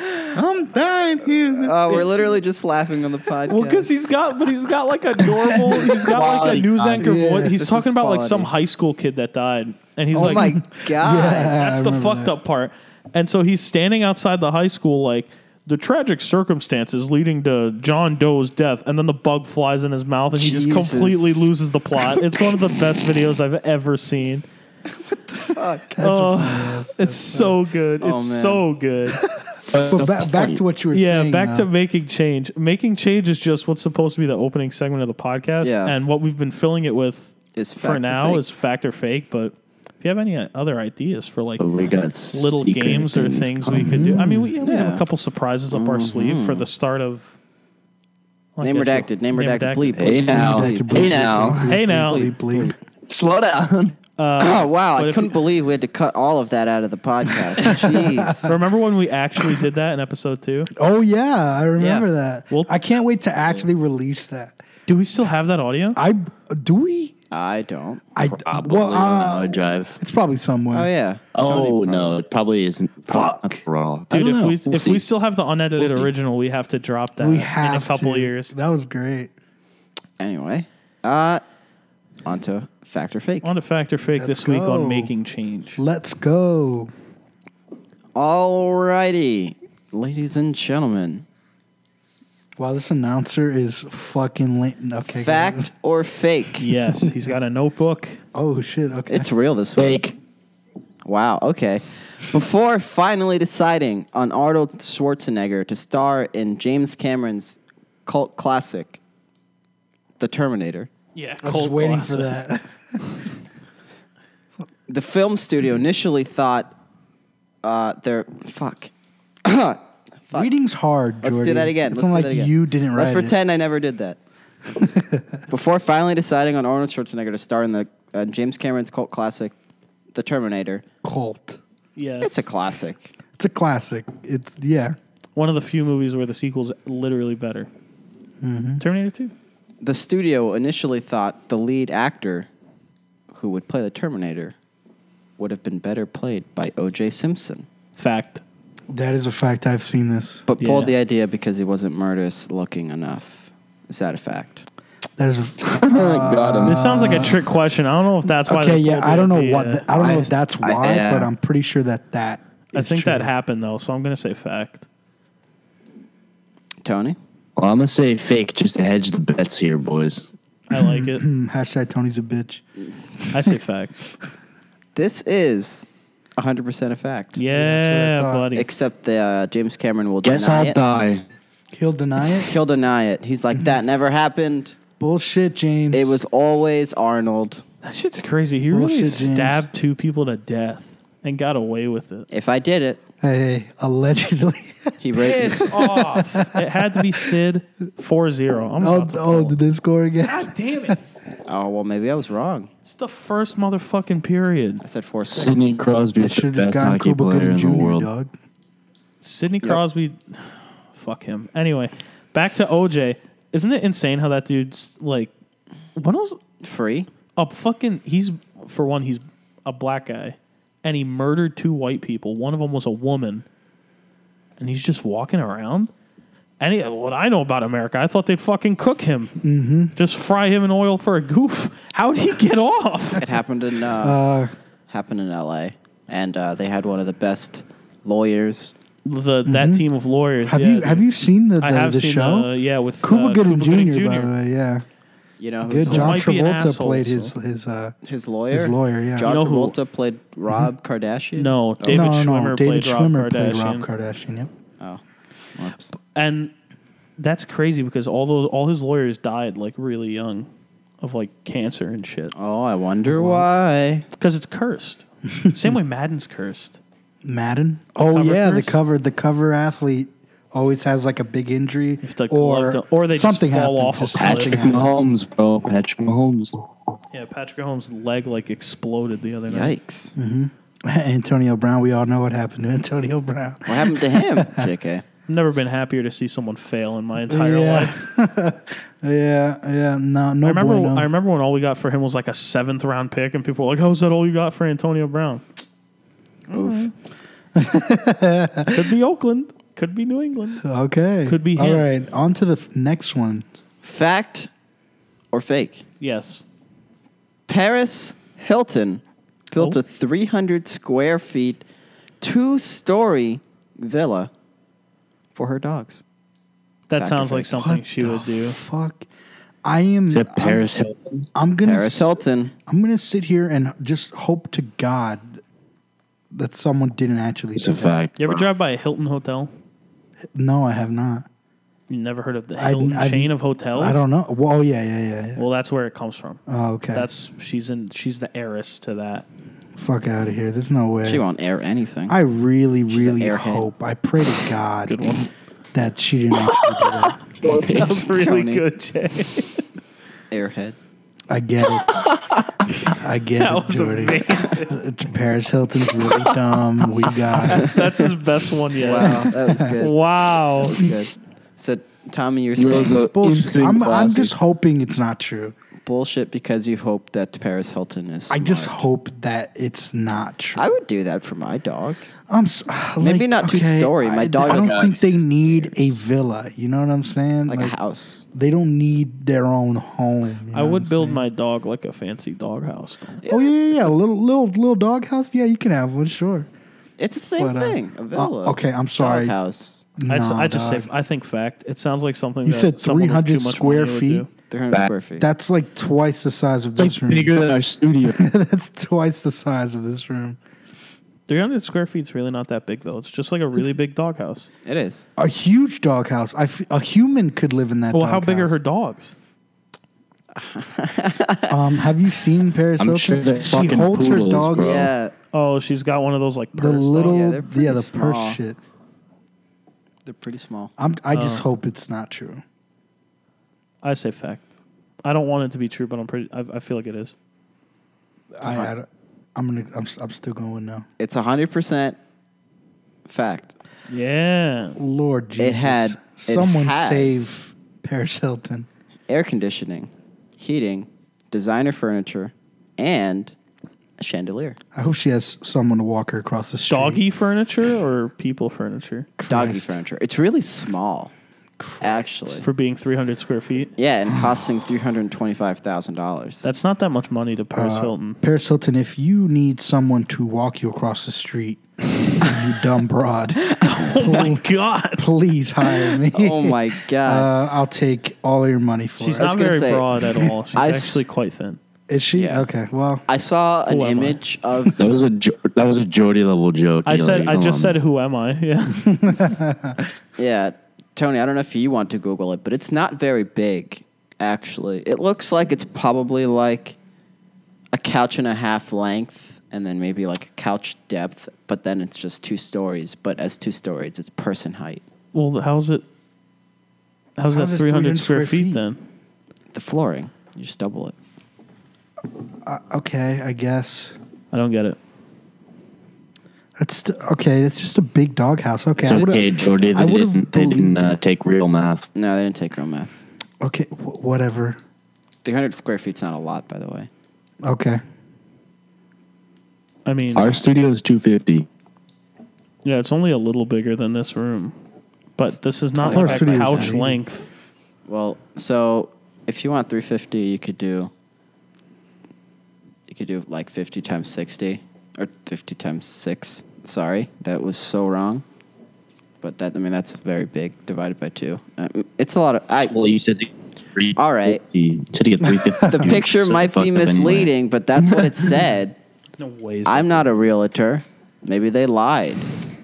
Speaker 1: I'm dying here.
Speaker 3: Uh, we're literally just laughing on the
Speaker 2: [LAUGHS]
Speaker 3: podcast.
Speaker 2: well because he's got but he's got like a normal he's got like a
Speaker 4: Quality
Speaker 2: news
Speaker 4: content.
Speaker 2: anchor
Speaker 1: Yeah,
Speaker 2: voice.
Speaker 3: this
Speaker 2: He's
Speaker 3: is
Speaker 2: talking about like some
Speaker 3: quality.
Speaker 2: high school kid that died, and he's
Speaker 3: oh
Speaker 2: like, [LAUGHS]
Speaker 3: my god.
Speaker 2: That's
Speaker 1: I
Speaker 2: the
Speaker 1: remember
Speaker 2: fucked
Speaker 1: that.
Speaker 2: up part. And so he's standing outside the high school, like the tragic circumstances leading to John Doe's death, and then the bug flies in his mouth, and he just
Speaker 3: Jesus.
Speaker 2: completely loses the plot. it's one of the
Speaker 3: [LAUGHS]
Speaker 2: best videos I've ever seen.
Speaker 3: Fuck.
Speaker 2: Oh, it's so good.
Speaker 3: Oh,
Speaker 2: it's
Speaker 3: man.
Speaker 2: so good.
Speaker 1: [LAUGHS] But ba- back to what you were
Speaker 2: yeah,
Speaker 1: saying.
Speaker 2: back to
Speaker 1: though.
Speaker 2: making change. Making change is just what's supposed to be the opening segment of the podcast,
Speaker 3: Yeah.
Speaker 2: and what we've been filling it with
Speaker 3: Is fact
Speaker 2: for
Speaker 3: or
Speaker 2: now
Speaker 3: fake?
Speaker 2: is fact or fake. But if you have any other ideas for like
Speaker 4: But we got
Speaker 2: little
Speaker 4: secret
Speaker 2: games or things we could do. I mean, we, yeah, we have
Speaker 3: Yeah.
Speaker 2: a couple surprises up our sleeve for the start of I'll
Speaker 3: name
Speaker 2: get you.
Speaker 3: redacted. Name redacted. Bleep.
Speaker 4: Hey now,
Speaker 1: Back to bleep,
Speaker 4: hey
Speaker 1: bleep,
Speaker 4: now,
Speaker 1: bleep,
Speaker 2: Hey
Speaker 1: bleep,
Speaker 2: now.
Speaker 1: bleep, bleep.
Speaker 4: [LAUGHS] slow down.
Speaker 3: [LAUGHS] Oh wow!
Speaker 2: But
Speaker 3: I
Speaker 2: if-
Speaker 3: couldn't believe we had to cut all of that out of
Speaker 2: [LAUGHS]
Speaker 3: the podcast. Jeez.
Speaker 2: Remember when we actually did that in episode two?
Speaker 1: Oh yeah, I remember that.
Speaker 2: Well-
Speaker 1: I can't wait to actually release that.
Speaker 2: Do we still have that audio?
Speaker 1: I do we?
Speaker 3: I don't.
Speaker 1: I
Speaker 4: Probably
Speaker 1: well, uh,
Speaker 4: on hard drive.
Speaker 1: it's probably somewhere.
Speaker 3: Oh yeah.
Speaker 4: Oh no, it probably isn't.
Speaker 1: Fuck.
Speaker 4: Probably raw. I
Speaker 2: Dude,
Speaker 4: don't
Speaker 2: if
Speaker 4: know.
Speaker 2: we
Speaker 4: We'll
Speaker 2: if
Speaker 4: see.
Speaker 2: we still have the unedited
Speaker 4: We'll see.
Speaker 2: original, we have to drop that
Speaker 1: we have
Speaker 2: in a couple
Speaker 1: to.
Speaker 2: years.
Speaker 1: That was great.
Speaker 3: Anyway, uh, onto fact or fake.
Speaker 2: On to fact or fake
Speaker 1: Let's
Speaker 2: this week
Speaker 1: go.
Speaker 2: on making change.
Speaker 1: Let's go.
Speaker 3: Alrighty, ladies and gentlemen,
Speaker 1: Wow, this announcer is fucking late. Okay, go.
Speaker 3: fact or fake?
Speaker 2: Yes, he's got a notebook.
Speaker 1: Oh shit. Okay.
Speaker 3: It's real this week.
Speaker 4: fake.
Speaker 3: Wow. Okay. Before finally deciding on Arnold Schwarzenegger to star in James Cameron's cult classic, The Terminator,
Speaker 2: Yeah,
Speaker 1: I was waiting for that.
Speaker 3: the film studio initially thought uh, they're fuck. [LAUGHS] [COUGHS] Fuck.
Speaker 1: Reading's hard.
Speaker 3: Let's do
Speaker 1: Jordy.
Speaker 3: that again.
Speaker 1: It's
Speaker 3: Let's
Speaker 1: not
Speaker 3: do
Speaker 1: like
Speaker 3: that again.
Speaker 1: you didn't write
Speaker 3: Let's pretend I never did
Speaker 1: [LAUGHS]
Speaker 3: that. Before finally deciding on Arnold Schwarzenegger to star in the uh, James Cameron's cult classic, The Terminator.
Speaker 1: it. Cult.
Speaker 2: Yeah,
Speaker 3: It's a classic.
Speaker 1: It's a classic. It's yeah.
Speaker 2: one of the few movies where the sequel's literally better.
Speaker 1: Mm-hmm.
Speaker 2: Terminator 2.
Speaker 3: The studio initially thought the lead actor who would play the Terminator would have been better played by O.J. Simpson,
Speaker 2: Fact.
Speaker 1: That is a fact. I've seen this.
Speaker 3: but
Speaker 2: Yeah.
Speaker 3: pulled the idea because he wasn't murderous looking enough. Is that a fact?
Speaker 1: That
Speaker 3: [LAUGHS]
Speaker 1: is a.
Speaker 4: oh my god, I'm
Speaker 2: this sounds like a trick question. I don't know if that's why.
Speaker 1: Uh, okay,
Speaker 2: they
Speaker 1: yeah.
Speaker 2: pulled
Speaker 1: I
Speaker 2: the
Speaker 1: don't know
Speaker 2: idea.
Speaker 1: what.
Speaker 3: uh,
Speaker 1: The, I don't know
Speaker 4: I-
Speaker 1: if that's
Speaker 4: I- uh,
Speaker 1: why,
Speaker 4: yeah.
Speaker 1: but I'm pretty sure that that.
Speaker 2: I
Speaker 1: is
Speaker 2: think
Speaker 1: true.
Speaker 2: that happened though, so I'm gonna say fact.
Speaker 3: Tony?
Speaker 4: Well, I'm gonna say fake just to hedge the bets here, boys.
Speaker 2: I like it.
Speaker 1: Mm, Hashtag Tony's a bitch. [LAUGHS]
Speaker 2: I say fact.
Speaker 3: This is 100% a fact.
Speaker 1: that's what I
Speaker 2: Yeah,
Speaker 1: thought.
Speaker 2: buddy.
Speaker 3: Except the uh, James Cameron will
Speaker 4: Guess
Speaker 3: deny
Speaker 4: I'll
Speaker 3: it.
Speaker 4: die.
Speaker 1: He'll deny it.
Speaker 3: He'll deny it. He's like, that never happened.
Speaker 1: Bullshit, James.
Speaker 3: It was always Arnold.
Speaker 2: That shit's crazy. He
Speaker 1: Bullshit,
Speaker 2: really
Speaker 1: James.
Speaker 2: stabbed two people to death and got away with it.
Speaker 3: If I did it,
Speaker 1: Hey, allegedly.
Speaker 2: [LAUGHS]
Speaker 3: he raped me.
Speaker 2: Piss off. It had to be Sid 4 0. I'm
Speaker 1: oh,
Speaker 2: about to
Speaker 1: oh,
Speaker 2: pull it.
Speaker 1: did they score again?
Speaker 2: God damn it.
Speaker 3: Oh, well, maybe I was wrong.
Speaker 2: It's the first motherfucking period.
Speaker 3: I said 4 6.
Speaker 4: Sidney Crosby is the
Speaker 1: Should have just
Speaker 4: best
Speaker 1: gotten
Speaker 4: hockey
Speaker 1: Cuba
Speaker 4: player
Speaker 1: Gooding
Speaker 4: in
Speaker 1: Jr.
Speaker 4: the world.
Speaker 1: Dog.
Speaker 2: Sidney Crosby. Fuck him. Anyway, back to OJ. Isn't it insane how that dude's like. When was.
Speaker 3: Free?
Speaker 2: A fucking. He's. For one, he's a black guy. And he murdered two white people. One of them was a woman. And he's just walking around. Any what I know about America, I thought they'd fucking cook him, mm-hmm. just fry him in oil for a goof. [LAUGHS] How'd he get off?
Speaker 3: It happened in, uh,
Speaker 1: Uh,
Speaker 3: happened in LA. And uh, they had one of the best lawyers.
Speaker 2: the that team of lawyers.
Speaker 1: Mm-hmm. have
Speaker 2: yeah,
Speaker 1: you have you seen the,
Speaker 2: I
Speaker 1: the,
Speaker 2: have
Speaker 1: the
Speaker 2: seen
Speaker 1: show?
Speaker 2: Uh, yeah, with
Speaker 1: Cuba
Speaker 2: uh,
Speaker 1: Gooding
Speaker 2: Cuba Gooding
Speaker 1: Jr. By the way, yeah.
Speaker 3: You know who's
Speaker 1: Good. John
Speaker 2: might be an
Speaker 1: Travolta
Speaker 2: asshole,
Speaker 1: played his
Speaker 2: so-
Speaker 1: his. Uh,
Speaker 3: His lawyer?
Speaker 1: His lawyer, yeah. Mm-hmm.
Speaker 3: John
Speaker 2: You know who-
Speaker 3: Travolta played Rob Kardashian?
Speaker 2: No,
Speaker 3: Oh,
Speaker 2: David
Speaker 1: no, no,
Speaker 2: Schwimmer
Speaker 1: David
Speaker 2: played Rob
Speaker 1: Schwimmer played Rob
Speaker 2: Kardashian.
Speaker 1: Kardashian. Yep.
Speaker 3: Oh. Whoops.
Speaker 2: and that's crazy because all those all his lawyers died like really young, of like cancer and shit.
Speaker 3: Oh, I wonder why.
Speaker 2: Because it's
Speaker 1: [LAUGHS]
Speaker 2: cursed. Same way Madden's cursed.
Speaker 1: Madden. Oh
Speaker 2: cover
Speaker 1: yeah,
Speaker 2: first?
Speaker 1: the cover. The cover athlete always has like a big injury,
Speaker 2: If the
Speaker 1: or
Speaker 2: glove- or they just
Speaker 1: something
Speaker 2: fall
Speaker 1: happened,
Speaker 2: off a
Speaker 1: just
Speaker 2: cliff.
Speaker 1: something
Speaker 4: Patrick
Speaker 1: happened. [LAUGHS]
Speaker 4: Mahomes, bro. Patrick Mahomes.
Speaker 2: Yeah, Patrick Holmes' leg like exploded the other night.
Speaker 3: Yikes.
Speaker 1: Antonio Brown. We all know what happened to Antonio Brown.
Speaker 3: What happened
Speaker 1: [LAUGHS]
Speaker 3: to him, JK?
Speaker 2: I've never been happier to see someone fail in my entire
Speaker 1: yeah.
Speaker 2: life.
Speaker 1: [LAUGHS] yeah, yeah. No, no.
Speaker 2: I remember.
Speaker 1: bueno.
Speaker 2: I remember when all we got for him was like a seventh round pick, and people were like, "Oh, is that all you got for Antonio Brown?"
Speaker 3: Oof.
Speaker 2: [LAUGHS] Could be Oakland. Could be New England.
Speaker 1: Okay,
Speaker 2: Could be
Speaker 1: All
Speaker 2: him.
Speaker 1: right, on to the f- next one.
Speaker 3: Fact or fake?
Speaker 2: Yes.
Speaker 3: Paris Hilton built
Speaker 2: Oh.
Speaker 3: a 300 square feet, two story villa for her dogs.
Speaker 2: That
Speaker 3: Fact or
Speaker 2: sounds like
Speaker 3: fake?
Speaker 2: something
Speaker 1: What
Speaker 2: she
Speaker 1: the
Speaker 2: would do.
Speaker 1: Fuck. I am.
Speaker 4: Is that
Speaker 1: I'm-
Speaker 4: Paris Hilton?
Speaker 1: I'm, gonna.
Speaker 3: Paris
Speaker 1: s-
Speaker 3: Hilton.
Speaker 1: I'm gonna sit here and just hope to God that someone didn't actually.
Speaker 4: It's
Speaker 1: do
Speaker 4: a
Speaker 1: that.
Speaker 4: fact.
Speaker 2: You ever drive by a Hilton hotel?
Speaker 1: No, I have not.
Speaker 2: You never heard of the
Speaker 1: I-
Speaker 2: Hilton
Speaker 1: I-
Speaker 2: chain of hotels?
Speaker 1: I don't know. Well, oh, yeah, yeah, yeah. yeah.
Speaker 2: Oh, Well, that's where it comes from.
Speaker 1: oh, okay.
Speaker 2: That's she's in. She's the heiress to that.
Speaker 1: Fuck out of here. There's no way.
Speaker 3: She won't air anything.
Speaker 1: I really,
Speaker 3: an
Speaker 1: really
Speaker 3: airhead.
Speaker 1: hope. I pray to God
Speaker 2: Good one.
Speaker 1: that she didn't actually do that. [LAUGHS]
Speaker 2: That was really
Speaker 3: Tony.
Speaker 2: good, Jay.
Speaker 3: Airhead.
Speaker 1: I get
Speaker 2: [LAUGHS]
Speaker 1: it. I get
Speaker 2: That
Speaker 1: it,
Speaker 2: was
Speaker 1: Jordy. [LAUGHS]
Speaker 2: amazing.
Speaker 1: Paris Hilton's really dumb.
Speaker 2: [LAUGHS]
Speaker 1: We got it.
Speaker 2: That's, that's his best one yet.
Speaker 3: Wow, that was
Speaker 1: [LAUGHS]
Speaker 3: good.
Speaker 2: Wow.
Speaker 3: That was good. So, Tommy, you're
Speaker 4: It was
Speaker 3: saying
Speaker 4: a
Speaker 1: Bullshit.
Speaker 4: instant
Speaker 1: I'm, I'm
Speaker 4: classic.
Speaker 1: just hoping it's not true.
Speaker 3: bullshit because you hope that Paris Hilton is.
Speaker 1: I just
Speaker 3: smart.
Speaker 1: hope that it's not true.
Speaker 3: I would do that for my dog.
Speaker 1: I'm s ah,
Speaker 3: Maybe
Speaker 1: like,
Speaker 3: not two-story.
Speaker 1: I-
Speaker 3: My dog
Speaker 1: I don't
Speaker 4: doesn't
Speaker 1: think
Speaker 4: like
Speaker 1: they need a villa. You know what I'm saying?
Speaker 3: Like,
Speaker 1: Like,
Speaker 3: a house.
Speaker 1: they don't need their own home. you
Speaker 2: I
Speaker 1: know what I'm
Speaker 2: would build
Speaker 1: saying?
Speaker 2: my dog like a fancy doghouse. though.
Speaker 1: Oh yeah, yeah, yeah. A little little little dog house. Yeah, you can have one. Sure.
Speaker 3: It's the same
Speaker 1: But, uh,
Speaker 3: thing. A
Speaker 1: uh,
Speaker 3: villa.
Speaker 1: okay, I'm sorry.
Speaker 3: House.
Speaker 2: I'd s-
Speaker 1: Nah,
Speaker 2: I just
Speaker 1: dog.
Speaker 2: say I think fact. It sounds like something
Speaker 1: You
Speaker 2: that
Speaker 1: said
Speaker 2: someone with
Speaker 1: 300
Speaker 2: too much
Speaker 1: square
Speaker 2: money
Speaker 1: feet?
Speaker 2: would do.
Speaker 3: 300
Speaker 4: Back-
Speaker 3: square feet.
Speaker 1: That's like twice the size of this
Speaker 4: It's like
Speaker 1: room.
Speaker 4: bigger than our studio.
Speaker 1: [LAUGHS] That's twice the size of this room.
Speaker 2: 300 square feet's really not that big though. It's just like a really big doghouse.
Speaker 3: it is. [LAUGHS]
Speaker 1: A huge dog house. I f- a human could live in that.
Speaker 2: Well, how
Speaker 1: dog
Speaker 2: big are
Speaker 1: house.
Speaker 2: her dogs?
Speaker 1: Um, have you seen Paris
Speaker 4: I'm
Speaker 1: Hilton?
Speaker 4: sure they're
Speaker 1: she
Speaker 4: fucking
Speaker 1: holds her
Speaker 4: poodles,
Speaker 1: dogs.
Speaker 4: bro.
Speaker 3: Yeah,
Speaker 2: Oh, she's got one of those like
Speaker 1: The
Speaker 2: purse dogs.
Speaker 1: little,
Speaker 3: Yeah,
Speaker 1: yeah,
Speaker 3: they're pretty
Speaker 1: the
Speaker 3: small.
Speaker 1: purse shit.
Speaker 3: they're pretty small.
Speaker 1: I'm, I just
Speaker 2: Oh.
Speaker 1: hope it's not true.
Speaker 2: I say fact. I don't want it to be true, but I'm pretty. I, I feel like it is.
Speaker 1: I, I, don't- I'm gonna, I'm, s- I'm still going no.
Speaker 3: It's hundred percent fact.
Speaker 2: Yeah.
Speaker 1: Lord Jesus,
Speaker 3: had- it
Speaker 1: someone
Speaker 3: has.
Speaker 1: save Paris Hilton.
Speaker 3: Air conditioning, heating, designer furniture, and a chandelier.
Speaker 1: I hope she has someone to walk her across the street.
Speaker 2: Doggy furniture or people furniture
Speaker 3: Doggy
Speaker 1: Christ.
Speaker 3: furniture. It's really small, actually.
Speaker 2: for being 300 square feet.
Speaker 3: Yeah, and costing three hundred twenty-five thousand dollars.
Speaker 2: That's not that much money to Paris
Speaker 1: Uh,
Speaker 2: Hilton.
Speaker 1: Paris Hilton, if you need someone to walk you across the street, [LAUGHS] you dumb
Speaker 3: [LAUGHS]
Speaker 1: broad,
Speaker 2: [LAUGHS] Oh my god.
Speaker 1: please hire me. [LAUGHS]
Speaker 3: oh my god!
Speaker 1: Uh, I'll take all your money for
Speaker 2: [LAUGHS] She's
Speaker 1: it.
Speaker 3: was
Speaker 2: not
Speaker 3: gonna
Speaker 2: very
Speaker 3: say-
Speaker 2: broad at all. She's
Speaker 3: I s-
Speaker 2: actually quite thin.
Speaker 1: Is she
Speaker 3: Yeah.
Speaker 1: okay? Well,
Speaker 3: I saw an
Speaker 2: Who am I?
Speaker 3: image
Speaker 2: [LAUGHS]
Speaker 3: of
Speaker 4: That was a jo- that was a Jody level joke.
Speaker 2: I said.
Speaker 4: Eli,
Speaker 2: I
Speaker 4: come
Speaker 2: just
Speaker 4: on.
Speaker 2: said, "Who am I?" [LAUGHS] Yeah.
Speaker 3: Yeah, Tony, I don't know if you want to Google it, but it's not very big, actually. It looks like it's probably like a couch and a half length, and then maybe like a couch depth, but then it's just two stories. But as two stories, it's person height.
Speaker 2: Well, how's it? How's
Speaker 1: How's
Speaker 2: that
Speaker 1: it
Speaker 2: 300 square feet,
Speaker 1: feet?
Speaker 2: then?
Speaker 3: The flooring, you just double it.
Speaker 1: uh, okay, I guess.
Speaker 2: I don't get it.
Speaker 1: That's st- okay. That's just a big doghouse. Okay,
Speaker 4: It's
Speaker 1: I would've-
Speaker 4: okay, Jody.
Speaker 1: I
Speaker 4: They
Speaker 1: would've
Speaker 4: didn't. They
Speaker 1: believed
Speaker 4: didn't uh,
Speaker 1: that.
Speaker 4: take real math.
Speaker 3: No, they didn't take real math.
Speaker 1: Okay, w- whatever.
Speaker 3: 300 square feet's not a lot, by the way.
Speaker 1: Okay,
Speaker 2: I mean,
Speaker 4: Our studio is 250.
Speaker 2: yeah, it's only a little bigger than this room, but this is not
Speaker 3: Our
Speaker 2: like a
Speaker 1: studio is
Speaker 2: couch
Speaker 1: 80.
Speaker 2: length.
Speaker 3: Well, so if you want 350, you could do you could do like 50 times 60 or 50 times 6. Sorry, that was so wrong. But that I mean that's very big divided by 2. Uh, It's a lot of I
Speaker 4: Well, you said.
Speaker 3: All right.
Speaker 4: You said to get 350.
Speaker 3: [LAUGHS] the picture might be misleading, but that's
Speaker 4: [LAUGHS]
Speaker 3: what it said.
Speaker 2: No ways.
Speaker 3: I'm not a realtor. Maybe they lied.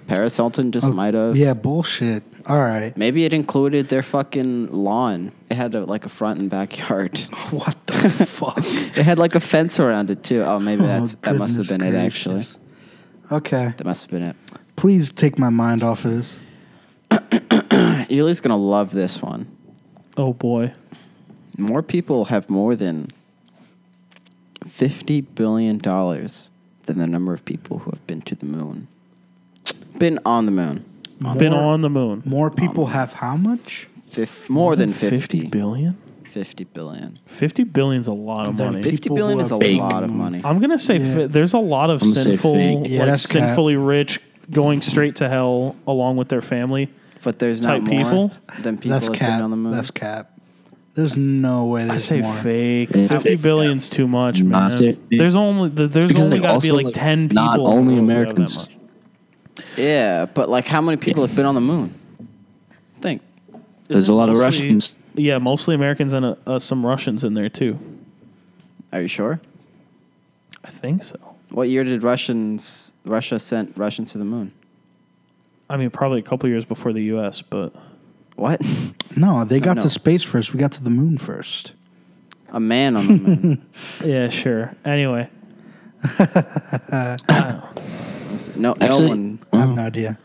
Speaker 3: Paris Hilton just
Speaker 1: Oh,
Speaker 3: might have
Speaker 1: Yeah, bullshit. All
Speaker 3: [LAUGHS]
Speaker 1: right.
Speaker 3: Maybe it included their fucking lawn. It had a, like a front and backyard.
Speaker 1: [LAUGHS] What the fuck?
Speaker 3: It had like a fence around it too. Oh, maybe
Speaker 1: Oh,
Speaker 3: that's that must have
Speaker 1: goodness
Speaker 3: been it actually.
Speaker 1: gracious. Okay,
Speaker 3: That must have been it.
Speaker 1: please take my mind off of this.
Speaker 3: Ely's gonna love this one.
Speaker 2: oh boy.
Speaker 3: More people have more than fifty billion dollars than the number of people who have been to the moon. Been on the moon.
Speaker 2: Been
Speaker 1: More-
Speaker 2: on the moon.
Speaker 1: More people have how much?
Speaker 3: Fif- more than 50.
Speaker 2: billion.
Speaker 3: 50 billion.
Speaker 2: 50 billion's a lot of
Speaker 1: Then
Speaker 2: money.
Speaker 3: 50
Speaker 1: People
Speaker 3: billion
Speaker 1: who
Speaker 3: is a
Speaker 1: have been
Speaker 3: lot
Speaker 1: on
Speaker 3: of
Speaker 1: the moon.
Speaker 3: money.
Speaker 2: I'm gonna say
Speaker 1: Yeah.
Speaker 2: fi- there's a lot of
Speaker 4: I'm gonna say
Speaker 2: sinful,
Speaker 4: fake.
Speaker 1: Yeah,
Speaker 2: like
Speaker 1: that's cap.
Speaker 2: sinfully rich, going straight to hell along with their family.
Speaker 3: But there's not
Speaker 2: Type
Speaker 3: more
Speaker 2: people?
Speaker 3: than people
Speaker 1: That's
Speaker 3: have
Speaker 1: cap.
Speaker 3: been on the moon.
Speaker 1: That's cap. There's no way
Speaker 2: I
Speaker 1: there's
Speaker 2: say
Speaker 1: more.
Speaker 2: fake.
Speaker 4: It's
Speaker 2: Fifty
Speaker 4: fake.
Speaker 2: billion's too much, man.
Speaker 4: Not it.
Speaker 2: There's only th- there's
Speaker 4: Because,
Speaker 2: only
Speaker 4: like,
Speaker 2: got to be
Speaker 4: also,
Speaker 2: like,
Speaker 4: like,
Speaker 2: ten people.
Speaker 4: not
Speaker 2: in the
Speaker 4: only
Speaker 2: world who have that
Speaker 4: Americans.
Speaker 2: much.
Speaker 3: Yeah, but like how many people have been on the moon? Think.
Speaker 4: There's a lot of
Speaker 2: Mostly-
Speaker 4: Russians.
Speaker 2: Yeah, mostly Americans and uh, uh, some Russians in there too.
Speaker 3: Are you sure?
Speaker 2: I think so.
Speaker 3: What year did Russians Russia sent Russians to the moon?
Speaker 2: I mean, probably a couple years before the U.S., but
Speaker 3: What? [LAUGHS]
Speaker 1: No, they got
Speaker 3: no.
Speaker 1: to space first. We got to the moon first.
Speaker 3: A man on the
Speaker 1: [LAUGHS]
Speaker 3: moon.
Speaker 2: yeah, sure. Anyway,
Speaker 3: No, no
Speaker 4: Actually-
Speaker 3: one,
Speaker 1: I have no idea,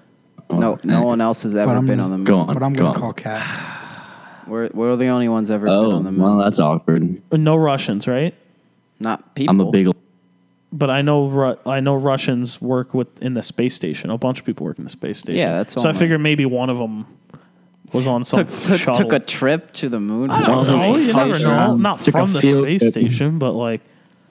Speaker 2: oh,
Speaker 3: no, no one else has ever
Speaker 1: I'm
Speaker 3: been
Speaker 1: gonna-
Speaker 3: on the moon.
Speaker 4: Go on.
Speaker 1: but I'm
Speaker 4: go
Speaker 1: gonna
Speaker 4: on.
Speaker 1: call cap.
Speaker 3: We're we're the only ones ever been
Speaker 4: Oh,
Speaker 3: on the moon.
Speaker 4: well, that's awkward.
Speaker 2: no Russians, right?
Speaker 3: Not people.
Speaker 4: I'm a big.
Speaker 2: But I know Ru- I know Russians work with in the space station. A bunch of people work in the space station.
Speaker 3: Yeah, that's
Speaker 2: so.
Speaker 3: all
Speaker 2: I
Speaker 3: mine.
Speaker 2: figured maybe one of them was on some
Speaker 3: took, took,
Speaker 2: shuttle.
Speaker 3: took a trip to the moon.
Speaker 2: I don't
Speaker 4: One of
Speaker 2: know.
Speaker 4: them
Speaker 2: You never
Speaker 4: station.
Speaker 2: know. Not
Speaker 4: Took a
Speaker 2: from the
Speaker 4: field
Speaker 2: space
Speaker 4: trip.
Speaker 2: station, but like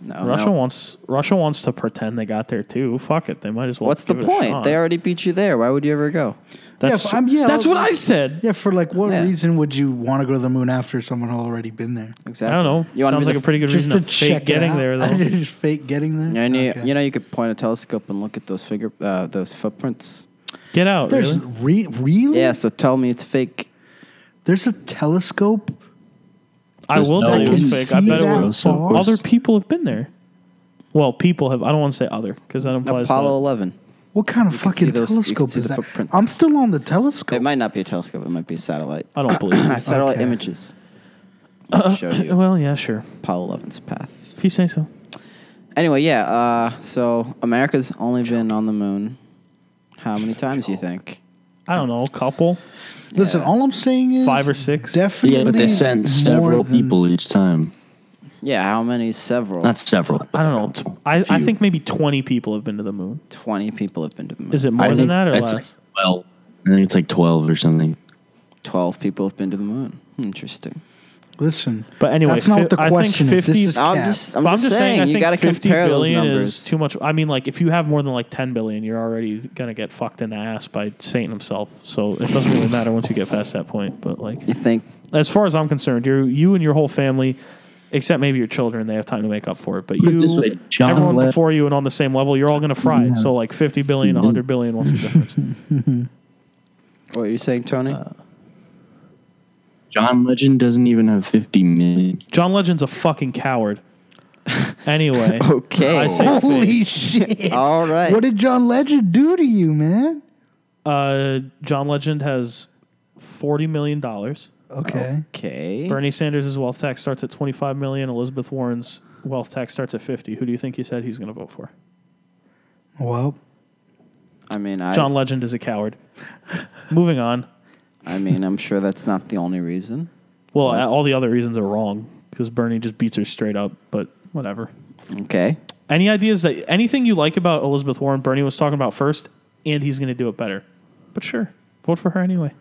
Speaker 3: Oh, No,
Speaker 2: Russia
Speaker 3: no.
Speaker 2: wants Russia wants to pretend they got there too. Fuck it, they might as well.
Speaker 3: What's the
Speaker 2: give it a
Speaker 3: point?
Speaker 2: shot.
Speaker 3: They already beat you there. Why would you ever go?
Speaker 2: That's,
Speaker 1: Yeah, if I'm- yeah,
Speaker 2: that's
Speaker 1: I'll-
Speaker 2: what I said.
Speaker 1: Yeah, for like what
Speaker 3: Yeah.
Speaker 1: reason would you want to go to the moon after someone had already been there?
Speaker 2: I
Speaker 3: Exactly.
Speaker 2: don't know.
Speaker 3: You want
Speaker 2: Sounds
Speaker 3: to
Speaker 2: like a pretty good
Speaker 1: Just
Speaker 2: reason
Speaker 1: to
Speaker 2: to fake
Speaker 1: check
Speaker 2: getting there
Speaker 1: [LAUGHS]
Speaker 2: though.
Speaker 1: Just fake getting there.
Speaker 3: You know,
Speaker 1: Okay.
Speaker 3: you know, you could point a telescope and look at those finger, uh, those footprints.
Speaker 2: Get out,
Speaker 1: there's
Speaker 2: really?
Speaker 1: re- really
Speaker 3: Yeah. So tell me it's fake.
Speaker 1: There's a telescope
Speaker 2: I will
Speaker 4: No,
Speaker 2: tell you
Speaker 1: can
Speaker 2: it's
Speaker 1: see
Speaker 2: fake. I bet it
Speaker 1: that
Speaker 2: was.
Speaker 4: So, of
Speaker 1: far?
Speaker 4: course-
Speaker 2: Other people have been there. Well, people have. I don't want to say other because that implies
Speaker 3: Apollo 11.
Speaker 1: What kind of
Speaker 3: You can see
Speaker 1: fucking
Speaker 3: those- you can
Speaker 1: telescope
Speaker 3: see
Speaker 1: is
Speaker 3: the
Speaker 1: that?
Speaker 3: footprints.
Speaker 1: I'm still on the telescope.
Speaker 3: It might not be a telescope. It might be a satellite. [CLEARS THROAT] [COUGHS]
Speaker 2: that. I don't believe. it.
Speaker 3: satellite
Speaker 1: Okay.
Speaker 3: images.
Speaker 2: [LAUGHS]
Speaker 3: I'll show you
Speaker 2: well, yeah, sure.
Speaker 3: Paul Levin's path.
Speaker 2: If you say so.
Speaker 3: Anyway, yeah. Uh, so America's only been on the moon. How many times do you think?
Speaker 2: I don't know, a couple.
Speaker 1: Listen,
Speaker 3: Yeah.
Speaker 1: all I'm saying is
Speaker 2: Five or six?
Speaker 1: Definitely,
Speaker 4: Yeah, but they sent
Speaker 1: more
Speaker 4: several
Speaker 1: than-
Speaker 4: people each time.
Speaker 3: Yeah, how many? Several.
Speaker 4: Not several.
Speaker 2: I don't know. T- I, I think maybe 20 people have been to the moon.
Speaker 3: Twenty people have been to the moon.
Speaker 2: Is it more
Speaker 4: I
Speaker 2: than
Speaker 4: think
Speaker 2: that or
Speaker 4: it's
Speaker 2: less?
Speaker 4: like twelve. I think it's like twelve or something.
Speaker 3: Twelve people have been to the moon. Interesting.
Speaker 1: Listen,
Speaker 2: But anyway,
Speaker 1: that's not
Speaker 2: fi-
Speaker 1: what the
Speaker 2: I think
Speaker 1: question is.
Speaker 2: 50
Speaker 1: This is
Speaker 3: I'm
Speaker 1: cap.
Speaker 3: just, I'm,
Speaker 2: But
Speaker 3: just saying, you got to
Speaker 2: 50
Speaker 3: compare those
Speaker 2: billion
Speaker 3: numbers.
Speaker 2: Is too much. I mean, like if you have more than like 10 billion, you're already gonna get fucked in the ass by Satan himself. So it doesn't really matter once you get past that point. But like,
Speaker 3: you think?
Speaker 2: as far as I'm concerned, you you and your whole family, except maybe your children, they have time to make up for it. But
Speaker 4: Put it
Speaker 2: you,
Speaker 4: this way, John
Speaker 2: everyone
Speaker 4: Lennon-
Speaker 2: before you, and on the same level, you're all gonna fry. So like 50 billion, 100 billion, what's
Speaker 4: [LAUGHS]
Speaker 2: the difference?
Speaker 3: What are you saying, Tony?
Speaker 2: Uh,
Speaker 4: John Legend doesn't even have fifty million.
Speaker 2: John Legend's a fucking coward. Anyway,
Speaker 3: [LAUGHS] Okay.
Speaker 2: I say
Speaker 1: Holy shit!
Speaker 3: All right.
Speaker 1: What did John Legend do to you, man?
Speaker 2: uh, John Legend has 40 million dollars.
Speaker 1: Okay,
Speaker 3: Oh. okay.
Speaker 2: Bernie Sanders' wealth tax starts at 25 million. Elizabeth Warren's wealth tax starts at 50. Who do you think he said he's going to vote for?
Speaker 1: well,
Speaker 3: I mean, I,
Speaker 2: John Legend is a coward. Moving on.
Speaker 3: I mean, I'm sure that's not the only reason.
Speaker 2: Well, uh, all the other reasons are wrong because Bernie just beats her straight up, but whatever.
Speaker 3: Okay.
Speaker 2: Any ideas that anything you like about Elizabeth Warren, Bernie was talking about first, and he's going to do it better. But sure, vote for her anyway.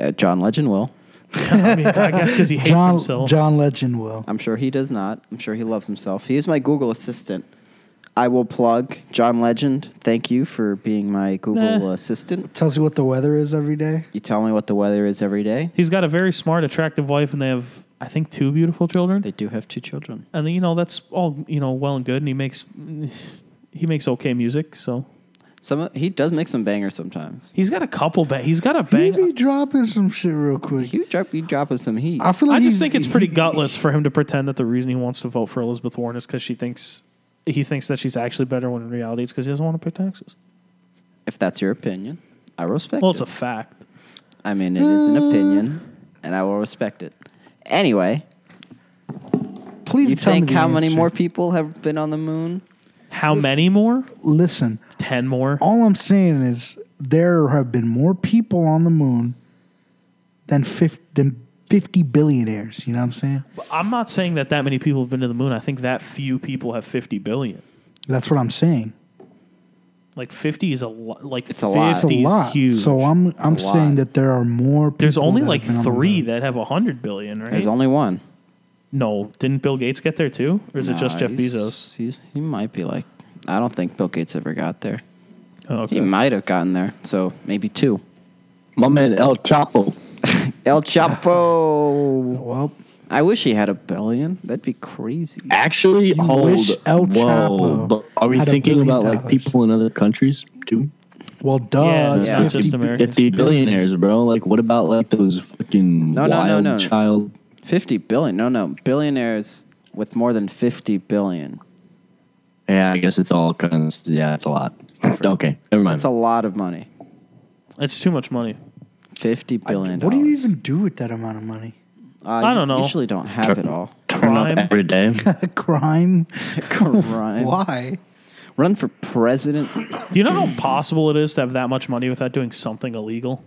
Speaker 3: Uh, John Legend will.
Speaker 2: [LAUGHS] I mean, I guess because he hates
Speaker 1: John
Speaker 2: himself.
Speaker 1: John Legend will.
Speaker 3: I'm sure he does not. I'm sure he loves himself. He is my Google assistant. I will plug John Legend. Thank you for being my Google
Speaker 2: Nah.
Speaker 3: assistant.
Speaker 1: Tells you what the weather is every day.
Speaker 3: You tell me what the weather is every day.
Speaker 2: He's got a very smart, attractive wife, and they have, I think, two beautiful children.
Speaker 3: They do have two children.
Speaker 2: and then, you know that's all you know well and good and he makes he makes okay music so
Speaker 3: Some he does make some bangers sometimes.
Speaker 2: he's got a couple ba- he's got a
Speaker 1: He
Speaker 2: bang
Speaker 1: be dropping some shit real quick.
Speaker 3: You drop you drop him some heat.
Speaker 1: I feel like
Speaker 2: i
Speaker 1: he-
Speaker 2: just think it's pretty
Speaker 1: he-
Speaker 2: gutless for him to pretend that the reason he wants to vote for elizabeth warren is because she thinks he thinks that she's actually better when in reality it's because he doesn't want to pay taxes
Speaker 3: if that's your opinion, I respect.
Speaker 2: well it's a Uh.
Speaker 3: it.
Speaker 2: fact
Speaker 3: I mean, it is an opinion, and I will respect it. Anyway,
Speaker 1: Please
Speaker 3: you
Speaker 1: tell me
Speaker 3: think
Speaker 1: the
Speaker 3: how many
Speaker 1: answer.
Speaker 3: more people have been on the moon?
Speaker 2: how many more
Speaker 1: Listen,
Speaker 2: 10 more
Speaker 1: all I'm saying is there have been more people on the moon than 50, than 50 billionaires. You know what I'm saying?
Speaker 2: i'm not saying that that many people have been to the moon i think that few people have 50 billion
Speaker 1: That's what I'm saying.
Speaker 2: like 50 is a lot like
Speaker 3: It's a lot.
Speaker 1: It's a
Speaker 2: 50 is
Speaker 1: lot.
Speaker 2: huge
Speaker 1: So I'm I'm
Speaker 3: a lot.
Speaker 1: saying that there are more. People
Speaker 2: there's only
Speaker 1: that have
Speaker 2: like
Speaker 1: been on the
Speaker 2: three
Speaker 1: moon.
Speaker 2: that have 100 billion right
Speaker 3: There's only one.
Speaker 2: No, didn't Bill Gates get there too, or is it
Speaker 3: Nah,
Speaker 2: just Jeff
Speaker 3: he's-
Speaker 2: Bezos?
Speaker 3: He's, he might be like. I don't think Bill Gates ever got there.
Speaker 2: Oh, okay.
Speaker 3: He might have gotten there, so maybe two.
Speaker 4: My man El Chapo.
Speaker 3: El Chapo.
Speaker 1: Well,
Speaker 3: I wish he had a billion. That'd be crazy.
Speaker 4: Actually,
Speaker 1: You
Speaker 4: hold.
Speaker 1: wish El Chapo
Speaker 4: but are we
Speaker 1: had a
Speaker 4: thinking
Speaker 1: billion
Speaker 4: about like
Speaker 1: dollars.
Speaker 4: people in other countries too?
Speaker 1: well, duh.
Speaker 2: Yeah,
Speaker 1: it's
Speaker 2: yeah.
Speaker 1: 50
Speaker 2: Just Americans.
Speaker 4: Fifty billionaires, bro. Like, what about like those fucking
Speaker 3: No, no, no,
Speaker 4: wild
Speaker 3: no.
Speaker 4: child?
Speaker 3: Fifty billion? No, no, billionaires with more than fifty billion.
Speaker 4: Yeah, I guess it's all kind of yeah, it's a lot. okay, never mind.
Speaker 3: That's a lot of money.
Speaker 2: It's too much money.
Speaker 3: Fifty billion.
Speaker 1: What do you
Speaker 3: dollars.
Speaker 1: even do with that amount of money? [LAUGHS]
Speaker 3: Uh,
Speaker 2: I
Speaker 3: you
Speaker 2: don't know.
Speaker 3: Usually don't have it all. [LAUGHS]
Speaker 4: Turn up
Speaker 2: crime.
Speaker 4: every day.
Speaker 1: Crime?
Speaker 3: Crime.
Speaker 1: Why?
Speaker 3: Run
Speaker 1: [LAUGHS]
Speaker 3: for president.
Speaker 2: Do you know how possible it is to have that much money without doing something illegal?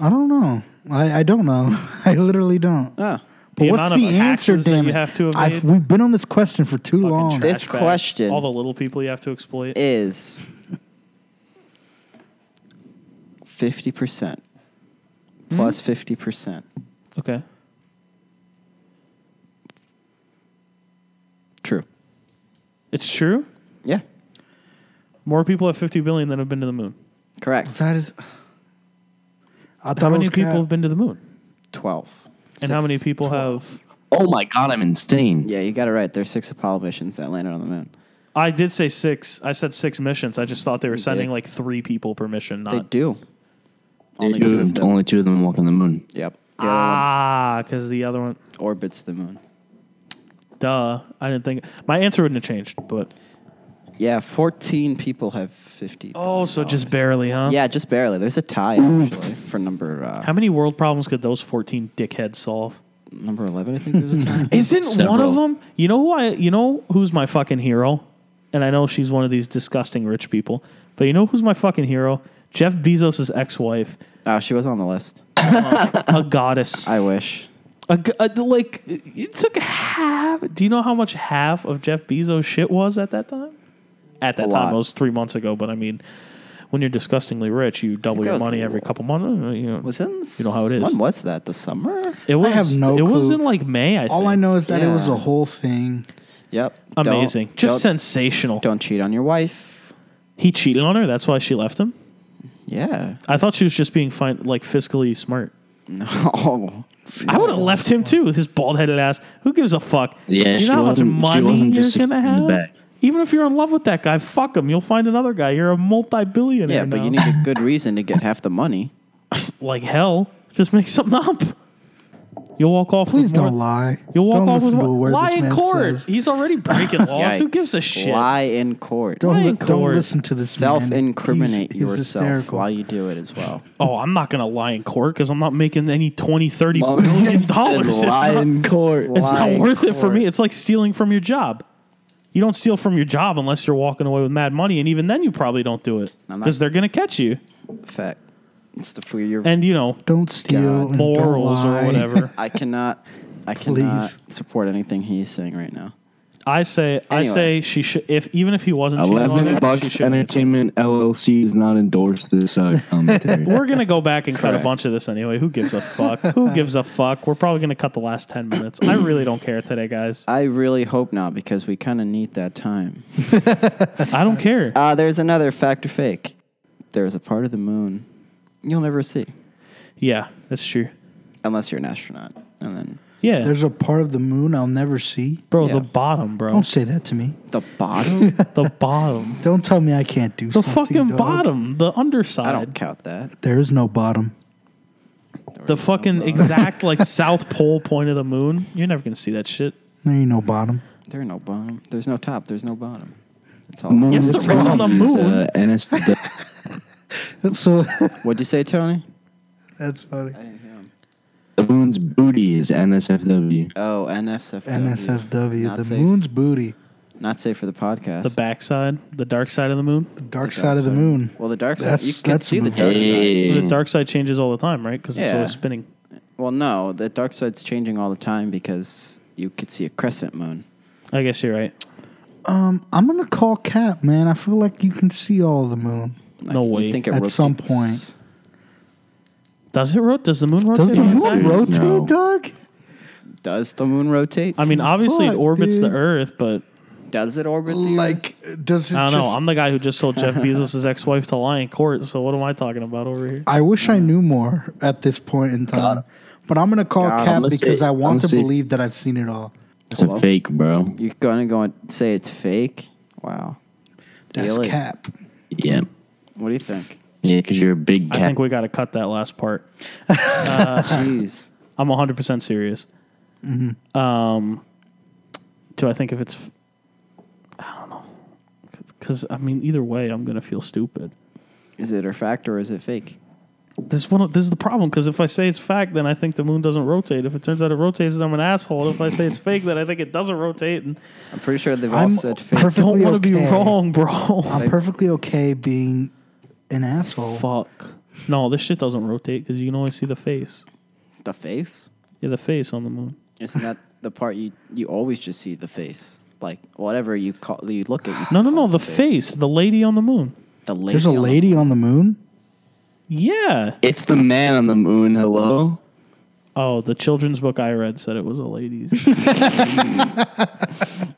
Speaker 1: I don't know. I, I don't know. [LAUGHS] I literally don't.
Speaker 3: Ah,
Speaker 1: But
Speaker 2: Uh, The
Speaker 1: what's
Speaker 2: amount of
Speaker 1: the answer,
Speaker 2: taxes that
Speaker 1: damn
Speaker 2: you
Speaker 1: it?
Speaker 2: have to have
Speaker 1: I've-
Speaker 2: made?
Speaker 1: we've been on this question for too
Speaker 2: Fucking
Speaker 1: long.
Speaker 2: trash
Speaker 3: This
Speaker 2: bag.
Speaker 3: question-
Speaker 2: all the little people you have to exploit.
Speaker 3: is fifty percent plus fifty percent
Speaker 2: okay,
Speaker 3: true.
Speaker 2: it's true.
Speaker 3: Yeah,
Speaker 2: More people have fifty billion than have been to the moon.
Speaker 3: correct.
Speaker 1: That is. I thought
Speaker 2: How
Speaker 1: it
Speaker 2: many
Speaker 1: was
Speaker 2: people
Speaker 1: cat-
Speaker 2: have been to the moon?
Speaker 3: Twelve.
Speaker 2: And how
Speaker 3: Six.
Speaker 2: many people have?
Speaker 4: Oh my god, I'm insane.
Speaker 3: Yeah, you got it right. There's six Apollo missions that landed on the moon.
Speaker 2: I did say six. I said six missions. I just thought they were sending
Speaker 3: did.
Speaker 2: like three people per mission.
Speaker 3: They
Speaker 2: Not
Speaker 3: do. Only
Speaker 4: only,
Speaker 3: two of
Speaker 4: two,
Speaker 3: them.
Speaker 4: only two of them walk on the moon.
Speaker 3: Yep. The other
Speaker 2: ah, because the other one.
Speaker 3: one orbits the moon.
Speaker 2: Duh, I didn't think my answer wouldn't have changed, but
Speaker 3: Yeah, 14 people have 50.
Speaker 2: Oh, so just
Speaker 3: dollars.
Speaker 2: barely, huh?
Speaker 3: Yeah, just barely. There's a tie actually for number uh,
Speaker 2: How many world problems could those 14 dickheads solve?
Speaker 3: number 11. I think there's a
Speaker 2: [LAUGHS]
Speaker 3: tie.
Speaker 2: Isn't one
Speaker 4: Several.
Speaker 2: of them? You know who I? You know who's my fucking hero? And I know she's one of these disgusting rich people, but you know who's my fucking hero? Jeff Bezos' ex-wife,
Speaker 3: oh, she was on the list.
Speaker 2: a goddess.
Speaker 3: I wish.
Speaker 2: A g- a- like it took half. Do you know how much half of Jeff Bezos' shit was at that time? At that
Speaker 3: A
Speaker 2: time,
Speaker 3: lot.
Speaker 2: it was three months ago. But I mean, when you're disgustingly rich, you double
Speaker 3: that
Speaker 2: your
Speaker 3: was
Speaker 2: money
Speaker 3: the-
Speaker 2: every couple months. uh, You know,
Speaker 3: Was in
Speaker 2: You know how it is.
Speaker 3: When was that? The summer?
Speaker 2: it was.
Speaker 1: have no
Speaker 2: It was
Speaker 1: clue.
Speaker 2: in like May. I
Speaker 1: All
Speaker 2: think.
Speaker 1: I know is that it was
Speaker 3: Yeah.
Speaker 1: a whole thing.
Speaker 3: Yep. Don't-
Speaker 2: Amazing,
Speaker 3: don't-
Speaker 2: just sensational.
Speaker 3: Don't cheat on your wife.
Speaker 2: He cheated on her. That's why she left him.
Speaker 3: Yeah. [LAUGHS]
Speaker 2: I thought she was just being fine, like fiscally smart.
Speaker 3: No.
Speaker 2: I would have left him too with his bald headed ass. Who gives a fuck?
Speaker 4: Yeah,
Speaker 2: you
Speaker 4: she
Speaker 2: know how much
Speaker 4: wasn't- she
Speaker 2: money
Speaker 4: wasn't
Speaker 2: you're
Speaker 4: just
Speaker 2: gonna
Speaker 4: in the
Speaker 2: have.
Speaker 4: back.
Speaker 2: Even if you're in love with that guy, fuck him. You'll find another guy. You're a multi-billionaire.
Speaker 3: Yeah, but
Speaker 2: now.
Speaker 3: you need a good reason to get half
Speaker 2: [LAUGHS]
Speaker 3: the money.
Speaker 2: like hell. Just make something up. You'll walk off.
Speaker 1: Please
Speaker 2: with
Speaker 1: don't
Speaker 2: more.
Speaker 1: lie.
Speaker 2: You'll walk
Speaker 1: don't
Speaker 2: off with
Speaker 1: listen to a
Speaker 2: more.
Speaker 1: word
Speaker 2: Lie
Speaker 1: this
Speaker 2: in
Speaker 1: man
Speaker 2: court.
Speaker 1: says.
Speaker 2: He's already
Speaker 4: [LAUGHS]
Speaker 2: breaking laws. Who
Speaker 3: Yikes.
Speaker 2: gives a shit?
Speaker 3: Lie in court.
Speaker 1: Don't,
Speaker 2: Lie in
Speaker 1: li- don't
Speaker 2: court.
Speaker 1: listen to this. man.
Speaker 3: Self incriminate
Speaker 1: He's- he's
Speaker 3: yourself
Speaker 1: hysterical.
Speaker 3: while you do it as
Speaker 2: [LAUGHS]
Speaker 3: well.
Speaker 2: Oh, I'm not gonna lie in court because I'm not making any 20, 30 million
Speaker 4: [LAUGHS] Said
Speaker 2: dollars. Oh, It's
Speaker 4: lie
Speaker 2: not-
Speaker 4: in court.
Speaker 2: It's
Speaker 3: Lie
Speaker 2: not
Speaker 3: in
Speaker 2: worth it for
Speaker 3: court.
Speaker 2: me. It's like stealing from your job. You don't steal from your job unless you're walking away with mad money, and even then, you probably don't do it
Speaker 3: I'm not-
Speaker 2: because they're gonna catch you.
Speaker 3: Fact. It's the for your
Speaker 2: And you know,
Speaker 1: Don't steal. and
Speaker 2: morals
Speaker 1: don't
Speaker 2: or
Speaker 1: lie.
Speaker 3: [LAUGHS]
Speaker 2: whatever.
Speaker 3: I cannot I cannot
Speaker 1: Please.
Speaker 3: support anything he's saying right now.
Speaker 2: I say, I
Speaker 3: Anyway.
Speaker 2: say, she should. If even if he wasn't cheating on
Speaker 4: Eleven
Speaker 2: her, she
Speaker 4: Bucks
Speaker 2: should.
Speaker 4: Entertainment LLC does not endorse
Speaker 3: [LAUGHS]
Speaker 4: this uh, commentary.
Speaker 2: We're gonna go back and cut a
Speaker 3: Correct.
Speaker 2: bunch of this anyway. Who gives a fuck? Who gives a fuck? We're probably gonna cut the last ten minutes. I really don't care today, guys.
Speaker 3: I really hope not because we kind of need that time.
Speaker 2: I don't care.
Speaker 3: Uh, there's another fact or fake. There is a part of the moon you'll never see
Speaker 2: Yeah, that's true.
Speaker 3: unless you're an astronaut. And then
Speaker 2: Yeah,
Speaker 1: There's a part of the moon I'll never see.
Speaker 2: bro,
Speaker 3: yeah.
Speaker 2: the
Speaker 1: [LAUGHS]
Speaker 2: bottom, bro,
Speaker 1: Don't say that to me.
Speaker 3: the
Speaker 1: [LAUGHS]
Speaker 3: bottom?
Speaker 2: the bottom,
Speaker 1: Don't tell me I can't do
Speaker 2: the
Speaker 1: something.
Speaker 2: fucking
Speaker 1: dog.
Speaker 2: bottom, the underside.
Speaker 3: I don't count that.
Speaker 1: There is no bottom.
Speaker 2: The fucking
Speaker 1: [LAUGHS]
Speaker 2: exact like South Pole point of the moon. You're never gonna see that shit.
Speaker 1: There ain't no bottom. [LAUGHS]
Speaker 3: There are no bottom. There's no top. There's no bottom. It's all.
Speaker 4: Moon
Speaker 2: Yes, there is on the
Speaker 4: Tom is,
Speaker 2: moon.
Speaker 4: uh, NSFW.
Speaker 3: [LAUGHS]
Speaker 1: That's so.
Speaker 3: What'd you say, Tony?
Speaker 1: that's funny.
Speaker 4: the moon's booty is NSFW.
Speaker 3: Oh, NSFW.
Speaker 1: NSFW.
Speaker 3: Not
Speaker 1: The
Speaker 3: safe.
Speaker 1: moon's booty.
Speaker 3: Not safe for the podcast.
Speaker 2: The backside, the dark side of the moon.
Speaker 1: The dark side of the moon.
Speaker 3: Well, the dark side.
Speaker 1: That's-
Speaker 3: you can
Speaker 1: that's
Speaker 3: see the
Speaker 1: a
Speaker 3: dark side.
Speaker 4: Hey.
Speaker 2: The dark side changes all the time, right? Because it's
Speaker 3: Yeah.
Speaker 2: always spinning.
Speaker 3: Well, no, the dark side's changing all the time because you could see a crescent moon.
Speaker 2: I guess you're right.
Speaker 1: Um, I'm gonna call Cap, man. I feel like you can see all the moon.
Speaker 2: No
Speaker 3: Like, you
Speaker 2: way.
Speaker 3: Think it
Speaker 1: At some
Speaker 3: rotates.
Speaker 1: point.
Speaker 2: Does it rotate? Does the moon rotate?
Speaker 1: Does the
Speaker 2: on its
Speaker 1: moon
Speaker 2: axis?
Speaker 1: rotate,
Speaker 4: No.
Speaker 1: dog?
Speaker 3: Does the moon rotate?
Speaker 2: I mean, obviously it
Speaker 1: Fuck,
Speaker 2: orbits
Speaker 1: dude.
Speaker 2: the Earth, but
Speaker 3: Does it orbit the Earth?
Speaker 1: Like, does it?
Speaker 2: I don't know.
Speaker 1: just-
Speaker 2: I'm the guy who just
Speaker 1: [LAUGHS]
Speaker 2: told Jeff Bezos' ex-wife to lie in court. So what am I talking about over here?
Speaker 1: I wish I knew more at this point in time. But I'm gonna call
Speaker 3: Got 'em.
Speaker 1: Cap
Speaker 4: Let's
Speaker 1: because
Speaker 4: see.
Speaker 1: I want to
Speaker 4: Let's see.
Speaker 1: believe that I've seen it all.
Speaker 4: It's a
Speaker 3: Hello?
Speaker 4: fake, bro.
Speaker 3: You're gonna go and say it's fake? Wow.
Speaker 1: That's
Speaker 3: Really?
Speaker 1: Cap.
Speaker 4: Yeah.
Speaker 3: What do you think?
Speaker 4: Yeah, because you're a big
Speaker 2: I
Speaker 4: cat.
Speaker 2: think we got to cut that last part. Uh,
Speaker 3: [LAUGHS] Jeez.
Speaker 2: I'm 100 percent serious.
Speaker 1: Mm-hmm.
Speaker 2: Um, do I think if it's? I don't know. Because I mean, either way, I'm gonna feel stupid.
Speaker 3: Is it a fact or is it fake?
Speaker 2: This one, this is the problem. Because if I say it's fact, then I think the moon doesn't rotate. If it turns out it rotates, I'm an asshole. If I say it's fake, then I think it doesn't rotate. And
Speaker 3: I'm pretty sure they've all
Speaker 1: I'm
Speaker 3: said fake.
Speaker 2: I don't
Speaker 1: Perfectly
Speaker 2: want to be
Speaker 1: okay.
Speaker 2: wrong, bro.
Speaker 1: I'm perfectly okay being an asshole.
Speaker 2: Fuck. No, this shit doesn't rotate because you can only see the face.
Speaker 3: The face?
Speaker 2: Yeah, the face on the moon.
Speaker 3: Isn't that the part you you always just see the face? Like whatever you call you look at. You
Speaker 2: No, no,
Speaker 3: call
Speaker 2: no. The
Speaker 3: it
Speaker 2: face. The lady on the moon.
Speaker 3: The lady.
Speaker 1: There's a
Speaker 3: on the-
Speaker 1: lady on the moon.
Speaker 2: Yeah.
Speaker 4: it's the man on the moon. Hello.
Speaker 2: Oh, the children's book I read said it was a lady's.
Speaker 4: [LAUGHS]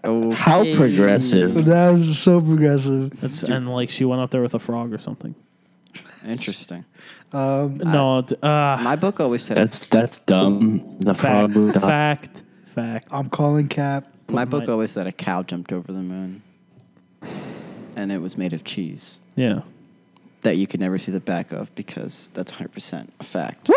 Speaker 4: How
Speaker 3: Okay.
Speaker 4: progressive.
Speaker 1: That was so progressive.
Speaker 2: That's, and like she went up there with a frog or something.
Speaker 3: Interesting.
Speaker 1: Um,
Speaker 2: No, d- uh,
Speaker 3: My book always said
Speaker 4: That's that's dumb. The
Speaker 2: fact,
Speaker 4: frog moved up.
Speaker 2: fact, fact.
Speaker 1: I'm calling Cap.
Speaker 3: my book
Speaker 2: my-
Speaker 3: always said a cow jumped over the moon, and it was made of cheese
Speaker 2: Yeah.
Speaker 3: that you could never see the back of because that's 100 percent a fact.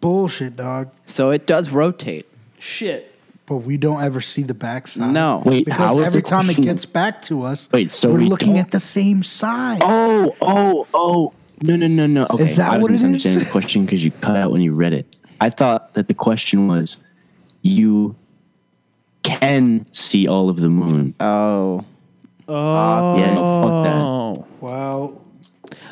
Speaker 1: Bullshit, dog.
Speaker 3: So it does rotate.
Speaker 2: Shit.
Speaker 1: but we don't ever see the backside.
Speaker 3: No.
Speaker 4: Wait, how
Speaker 1: because
Speaker 4: is
Speaker 1: every
Speaker 4: the
Speaker 1: time
Speaker 4: question-
Speaker 1: it gets back to us,
Speaker 4: Wait, so
Speaker 1: we're
Speaker 4: we
Speaker 1: looking
Speaker 4: don't-
Speaker 1: at the same side.
Speaker 4: Oh, oh, oh. No, no, no, no. Okay.
Speaker 1: that
Speaker 4: I was
Speaker 1: what it is?
Speaker 4: misunderstanding the question because you cut out when you read it. I thought that the question was you can see all of the moon.
Speaker 3: Oh.
Speaker 2: Oh,
Speaker 4: Ah, yeah, no,
Speaker 1: Well,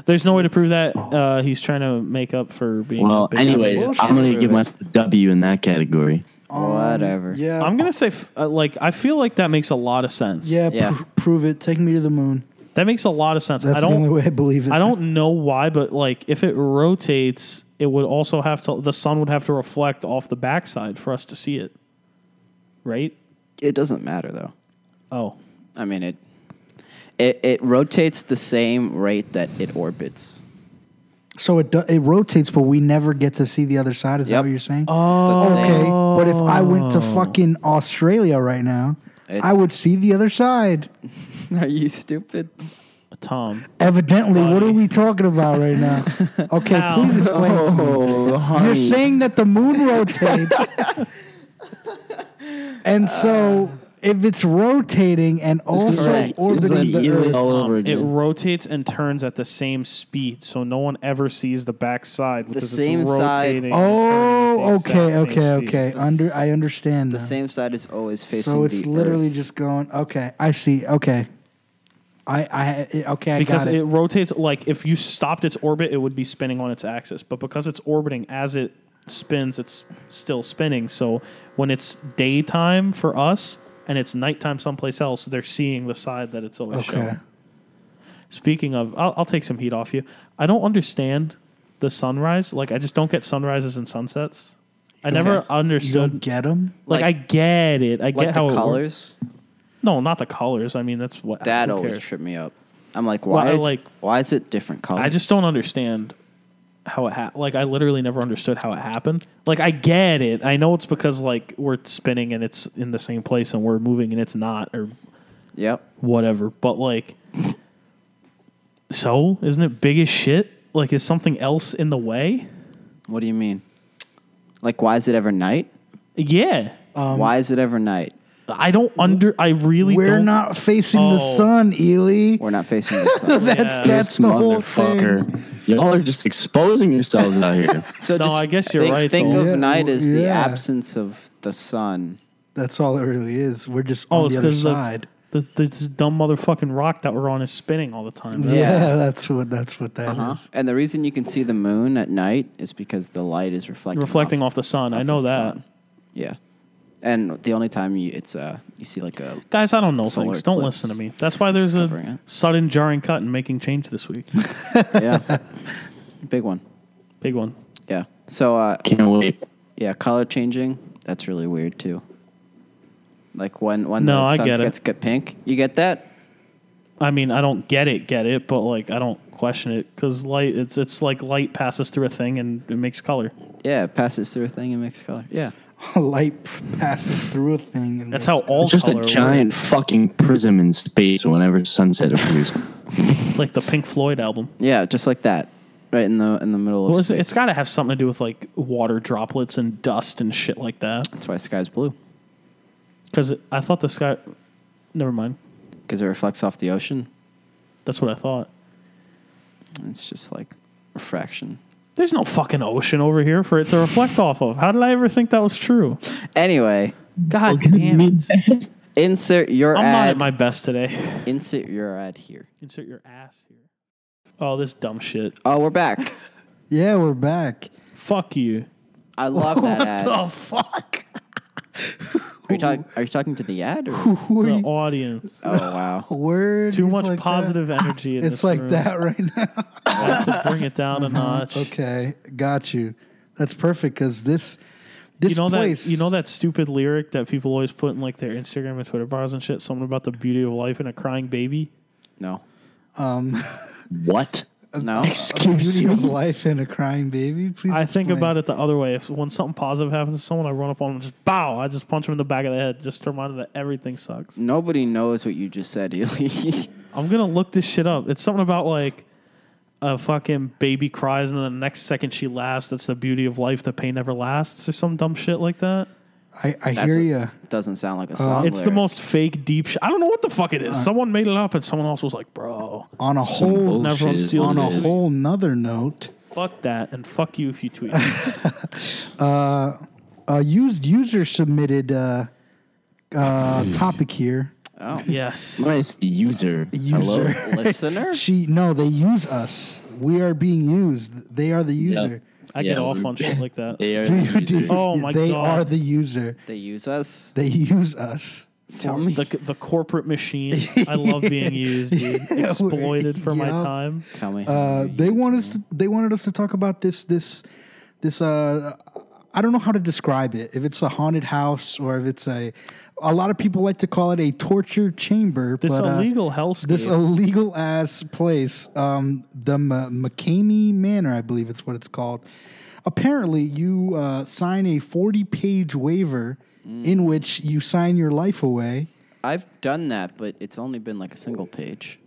Speaker 2: There's no way to prove that. Uh, he's trying to make up for being.
Speaker 4: Well,
Speaker 2: big.
Speaker 4: anyways,
Speaker 1: bullshit.
Speaker 4: I'm going to give myself a W in that category.
Speaker 2: Um,
Speaker 3: Whatever.
Speaker 1: yeah,
Speaker 2: I'm gonna say f- uh, like I feel like that makes a lot of sense.
Speaker 1: yeah,
Speaker 3: Yeah.
Speaker 1: pr- prove it. Take me to the moon.
Speaker 2: that makes a lot of sense.
Speaker 1: That's
Speaker 2: I
Speaker 1: the only
Speaker 2: don't.
Speaker 1: way I believe it.
Speaker 2: I don't know why, but like if it rotates, it would also have to. The sun would have to reflect off the backside for us to see it. Right.
Speaker 3: It doesn't matter though.
Speaker 2: Oh.
Speaker 3: I mean it. It it rotates the same rate that it orbits.
Speaker 1: So it do, it rotates, but we never get to see the other side. Is that
Speaker 3: Yep.
Speaker 1: what you're saying?
Speaker 2: Oh.
Speaker 3: same.
Speaker 1: Okay, but if I went to fucking Australia right now,
Speaker 3: It's-
Speaker 1: I would see the other side.
Speaker 3: [LAUGHS] Are you stupid?
Speaker 2: Tom.
Speaker 1: Evidently, what are we talking about right now? Okay,
Speaker 2: How?
Speaker 1: please explain to me.
Speaker 4: Oh,
Speaker 1: You're saying that the moon rotates.
Speaker 2: Uh.
Speaker 1: and so if it's rotating and also
Speaker 4: correct. It's
Speaker 1: orbiting
Speaker 4: like
Speaker 1: the
Speaker 4: you-
Speaker 1: Earth,
Speaker 4: all
Speaker 2: Um,
Speaker 4: over
Speaker 2: It
Speaker 4: again.
Speaker 2: rotates and turns at the same speed, so no one ever sees the back side because
Speaker 3: same
Speaker 2: it's
Speaker 3: side.
Speaker 2: rotating. and turning
Speaker 1: oh,
Speaker 2: at the exact
Speaker 1: okay,
Speaker 2: same
Speaker 1: okay,
Speaker 2: speed.
Speaker 1: okay. Under I understand
Speaker 3: The
Speaker 1: now.
Speaker 3: same side is always facing
Speaker 1: So it's
Speaker 3: the
Speaker 1: literally
Speaker 3: Earth.
Speaker 1: just going. Okay, I see. Okay, I I it- okay I
Speaker 2: Because
Speaker 1: got
Speaker 2: it.
Speaker 1: it.
Speaker 2: rotates like if you stopped its orbit, it would be spinning on its axis. But because it's orbiting as it spins, it's still spinning. So when it's daytime for us and it's nighttime someplace else, they're seeing the side that it's always
Speaker 1: okay.
Speaker 2: showing. Speaking of, I'll, I'll take some heat off you. I don't understand the sunrise. Like I just don't get sunrises and sunsets. I never
Speaker 1: You
Speaker 2: understood.
Speaker 1: don't get them.
Speaker 2: Like, I
Speaker 3: Like-
Speaker 2: get it. I
Speaker 3: like
Speaker 2: get how
Speaker 3: the
Speaker 2: it works.
Speaker 3: colors.
Speaker 2: No, not the colors. I mean, that's what
Speaker 3: That
Speaker 2: who
Speaker 3: always
Speaker 2: cares?
Speaker 3: tripped me up. I'm like,
Speaker 2: Well,
Speaker 3: why?
Speaker 2: I
Speaker 3: is,
Speaker 2: like-
Speaker 3: why is it different colors?
Speaker 2: I just don't understand how it happened. Like I literally never understood how it happened. Like I get it. I know it's because like we're spinning and it's in the same place and we're moving and it's not or
Speaker 3: Yep.
Speaker 2: whatever. But like, so isn't it big as shit? Like is something else in the way?
Speaker 3: What do you mean? Like, why is it ever night?
Speaker 2: Yeah,
Speaker 3: why is it ever night?
Speaker 2: I don't under. I really
Speaker 1: We're
Speaker 2: don't-
Speaker 1: not facing the
Speaker 2: Oh.
Speaker 1: sun, Ely.
Speaker 3: We're not facing
Speaker 2: [LAUGHS]
Speaker 3: the sun.
Speaker 1: That's
Speaker 2: Yeah.
Speaker 1: that's the whole thing.
Speaker 4: Motherfucker. Y'all are just exposing yourselves out
Speaker 1: [LAUGHS]
Speaker 4: here.
Speaker 3: So
Speaker 2: No,
Speaker 3: just
Speaker 2: I guess you're
Speaker 3: think,
Speaker 2: right,
Speaker 3: Think
Speaker 2: though.
Speaker 3: of
Speaker 1: Yeah,
Speaker 3: night as the
Speaker 1: yeah.
Speaker 3: absence of the sun.
Speaker 1: That's all it really is. We're just
Speaker 2: Oh,
Speaker 1: on
Speaker 2: it's
Speaker 1: the other
Speaker 2: 'cause the-
Speaker 1: side.
Speaker 2: The, this dumb motherfucking rock that we're on is spinning all the time.
Speaker 1: yeah.
Speaker 3: Yeah.
Speaker 1: that's what that's what that is.
Speaker 3: Uh-huh.
Speaker 2: Uh-huh.
Speaker 1: [LAUGHS]
Speaker 3: And the reason you can see the moon at night is because the light is reflecting
Speaker 2: reflecting off, the sun. I
Speaker 3: off
Speaker 2: know
Speaker 3: the
Speaker 2: that.
Speaker 3: sun. Yeah. And the only time you it's uh you see like a
Speaker 2: Guys, I don't know
Speaker 3: Solar
Speaker 2: things. Don't
Speaker 3: eclipse.
Speaker 2: listen to me. That's why there's
Speaker 3: covering
Speaker 2: a
Speaker 3: it.
Speaker 2: sudden jarring cut in making change this
Speaker 4: [LAUGHS]
Speaker 2: week. [LAUGHS]
Speaker 3: yeah big one.
Speaker 2: Big one.
Speaker 3: Yeah. So uh
Speaker 4: Can't wait.
Speaker 3: yeah, color changing, that's really weird too. Like when when
Speaker 2: No, I
Speaker 3: the sun
Speaker 2: get it.
Speaker 3: gets get pink. You get that?
Speaker 2: I mean, I don't get it, get it, but like I don't question it because light. It's it's like light passes through a thing and it makes color.
Speaker 3: Yeah, it passes through a thing and makes color. Yeah.
Speaker 1: Light passes through a thing. And
Speaker 2: That's how
Speaker 1: makes-
Speaker 2: all
Speaker 4: It's just a
Speaker 2: color.
Speaker 4: giant fucking prism in space whenever sunset appears.
Speaker 2: works. like the Pink Floyd album.
Speaker 3: Yeah, just like that. Right in the in the middle of
Speaker 2: Well, it's,
Speaker 3: space.
Speaker 2: it's got to have something to do with like water droplets and dust and shit like that.
Speaker 3: That's why sky's blue
Speaker 2: Because I thought the sky. Never mind.
Speaker 3: because it reflects off the ocean.
Speaker 2: That's what I thought.
Speaker 3: It's just like refraction.
Speaker 2: There's no fucking ocean over here for it to reflect off of. How did I ever think that was true?
Speaker 3: Anyway,
Speaker 2: God damn it.
Speaker 3: insert your
Speaker 2: I'm not at
Speaker 3: ad.
Speaker 2: my best today.
Speaker 3: insert your ad here.
Speaker 2: Insert your ass here. Oh, this dumb shit.
Speaker 3: Oh, we're back.
Speaker 1: Yeah, we're back.
Speaker 2: Fuck you.
Speaker 3: I
Speaker 2: [LAUGHS]
Speaker 3: love that ad. Are
Speaker 1: Oh fuck!
Speaker 3: you, talk- are you talking to
Speaker 2: [LAUGHS]
Speaker 3: the ad? Or?
Speaker 1: Who are
Speaker 2: The
Speaker 1: you?
Speaker 2: audience.
Speaker 3: Oh wow.
Speaker 1: Word.
Speaker 2: Too
Speaker 1: it's
Speaker 2: much
Speaker 1: like that.
Speaker 2: positive energy in
Speaker 1: It's
Speaker 2: this
Speaker 1: like
Speaker 2: room.
Speaker 1: that [LAUGHS] right Uh-huh. now.
Speaker 2: I have to bring it down
Speaker 1: [LAUGHS]
Speaker 2: a notch.
Speaker 1: Okay, got you. That's perfect because this this
Speaker 2: You know
Speaker 1: place.
Speaker 2: that you know that stupid lyric that people always put in like their Instagram and Twitter bars and shit, something about the beauty of life and a crying baby.
Speaker 3: No.
Speaker 4: what?
Speaker 3: No.
Speaker 1: the
Speaker 4: Excuse
Speaker 1: beauty
Speaker 2: [LAUGHS]
Speaker 1: of
Speaker 4: me.
Speaker 1: [LAUGHS] life in a crying baby. Please.
Speaker 2: I think about it the other way. If when something positive happens to someone, I run up on them and just bow. I just punch them in the back of the head, just to remind them that everything sucks.
Speaker 3: Nobody knows what you just said, Ely.
Speaker 2: I'm gonna look this shit up. It's something about like a fucking baby cries and then the next second she laughs. That's the beauty of life. The pain never lasts, or some dumb shit like that.
Speaker 1: I, I
Speaker 3: That's
Speaker 1: hear
Speaker 3: a-
Speaker 1: you.
Speaker 3: [LAUGHS] Doesn't sound like a song.
Speaker 2: Uh, It's the
Speaker 3: lyric.
Speaker 2: most fake deep. Sh- I don't know what the fuck it is. Someone made it up, and someone else was like, "Bro,
Speaker 1: On a whole,
Speaker 2: bull- everyone
Speaker 4: Bullshit.
Speaker 2: steals
Speaker 1: on a
Speaker 2: it.
Speaker 1: whole nother note,
Speaker 2: fuck that," and fuck you if you tweet. it."
Speaker 1: a used uh, user submitted uh, uh, topic here.
Speaker 3: Oh.
Speaker 2: yes.
Speaker 4: Nice user.
Speaker 1: User,
Speaker 3: [LAUGHS]
Speaker 4: Hello.
Speaker 3: Listener?
Speaker 1: she no, they use us. We are being used. They are the user.
Speaker 2: I
Speaker 4: Yeah,
Speaker 2: get off on
Speaker 4: we-
Speaker 2: shit like
Speaker 4: [LAUGHS]
Speaker 2: that.
Speaker 1: [LAUGHS]
Speaker 4: They are
Speaker 1: Do you-
Speaker 4: the
Speaker 1: do you-
Speaker 4: user.
Speaker 2: Oh my
Speaker 1: they
Speaker 2: God.
Speaker 1: are the user.
Speaker 3: They use us.
Speaker 1: They use us.
Speaker 3: Tell me.
Speaker 2: The, the corporate machine.
Speaker 1: [LAUGHS]
Speaker 2: I love being used, dude. Exploited for my
Speaker 1: Yeah.
Speaker 2: time.
Speaker 3: Tell me.
Speaker 1: Uh, they want us. To, they wanted us to talk about this. This. This. Uh, I don't know how to describe it. If it's a haunted house or if it's a. A lot of people like to call it a torture chamber.
Speaker 2: This
Speaker 1: but, uh,
Speaker 2: illegal hellscape.
Speaker 1: This illegal ass place, um, the M- McCamey Manor, I believe it's what it's called. Apparently, you uh, sign a 40 page waiver
Speaker 2: Mm.
Speaker 1: in which you sign your life away.
Speaker 3: I've done that, but it's only been like a single page.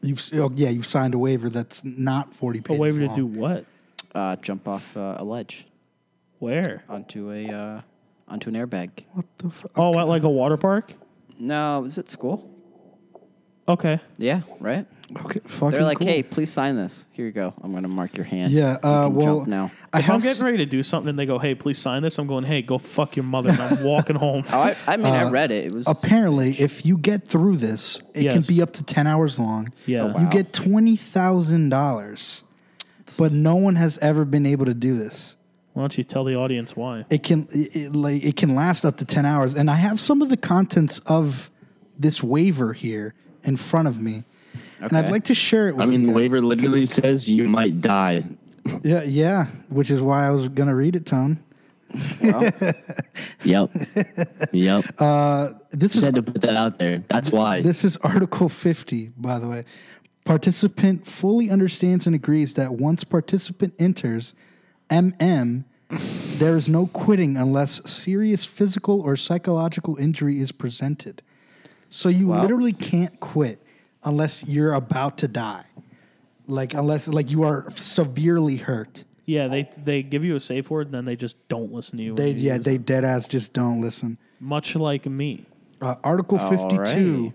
Speaker 1: You've, s- oh, yeah, you've signed a waiver that's not 40
Speaker 2: a
Speaker 1: pages.
Speaker 2: way to
Speaker 1: long.
Speaker 2: do what?
Speaker 3: Uh, jump off uh, a ledge
Speaker 2: Where?
Speaker 3: onto a uh, onto an airbag.
Speaker 1: What the fuck?
Speaker 2: Oh, at like a water park.
Speaker 3: No, it was at school.
Speaker 2: Okay.
Speaker 3: Yeah, right.
Speaker 1: Okay, fucking
Speaker 3: They're like,
Speaker 1: cool.
Speaker 3: hey, please sign this. Here you go. I'm gonna mark your hand.
Speaker 1: Yeah,
Speaker 3: You
Speaker 1: uh,
Speaker 3: can
Speaker 1: well,
Speaker 3: jump now.
Speaker 1: I
Speaker 2: If I'm
Speaker 1: have. s-
Speaker 2: getting ready to do something, they go, "Hey, please sign this." I'm going, "Hey, go fuck your mother,"
Speaker 1: [LAUGHS]
Speaker 2: and I'm walking home.
Speaker 3: Oh, I, I mean,
Speaker 1: uh,
Speaker 3: I read it. It was
Speaker 1: apparently, if you get through this, it can
Speaker 2: Yes.
Speaker 1: be up to 10 hours long.
Speaker 2: Yeah. Oh,
Speaker 1: You
Speaker 3: wow.
Speaker 1: get $20,000, but no one has ever been able to do this.
Speaker 2: Why don't you tell the audience why?
Speaker 1: it can it, it, like it can last up to 10 hours and i have some of the contents of this waiver here in front of me and i'd
Speaker 3: Okay.
Speaker 1: like to share it with
Speaker 4: I mean,
Speaker 1: you
Speaker 4: the
Speaker 1: guys.
Speaker 4: waiver literally says you might die.
Speaker 1: yeah yeah which is why i was gonna read it tone [LAUGHS]
Speaker 4: Yep. yep.
Speaker 1: this
Speaker 4: Just
Speaker 1: is
Speaker 4: had to put that out there. That's why.
Speaker 1: Uh, This is Article 50, by the way. Participant fully understands and agrees that once participant enters MM, there is no quitting unless serious physical or psychological injury is presented. So you
Speaker 3: Wow.
Speaker 1: literally can't quit unless you're about to die. Like unless like you are severely hurt.
Speaker 2: Yeah, they they give you a safe word, and then they just don't listen to you. when
Speaker 1: They
Speaker 2: you
Speaker 1: yeah,
Speaker 2: use
Speaker 1: they
Speaker 2: it.
Speaker 1: dead ass just don't listen.
Speaker 2: much like me.
Speaker 1: Uh, Article 52
Speaker 3: Alrighty.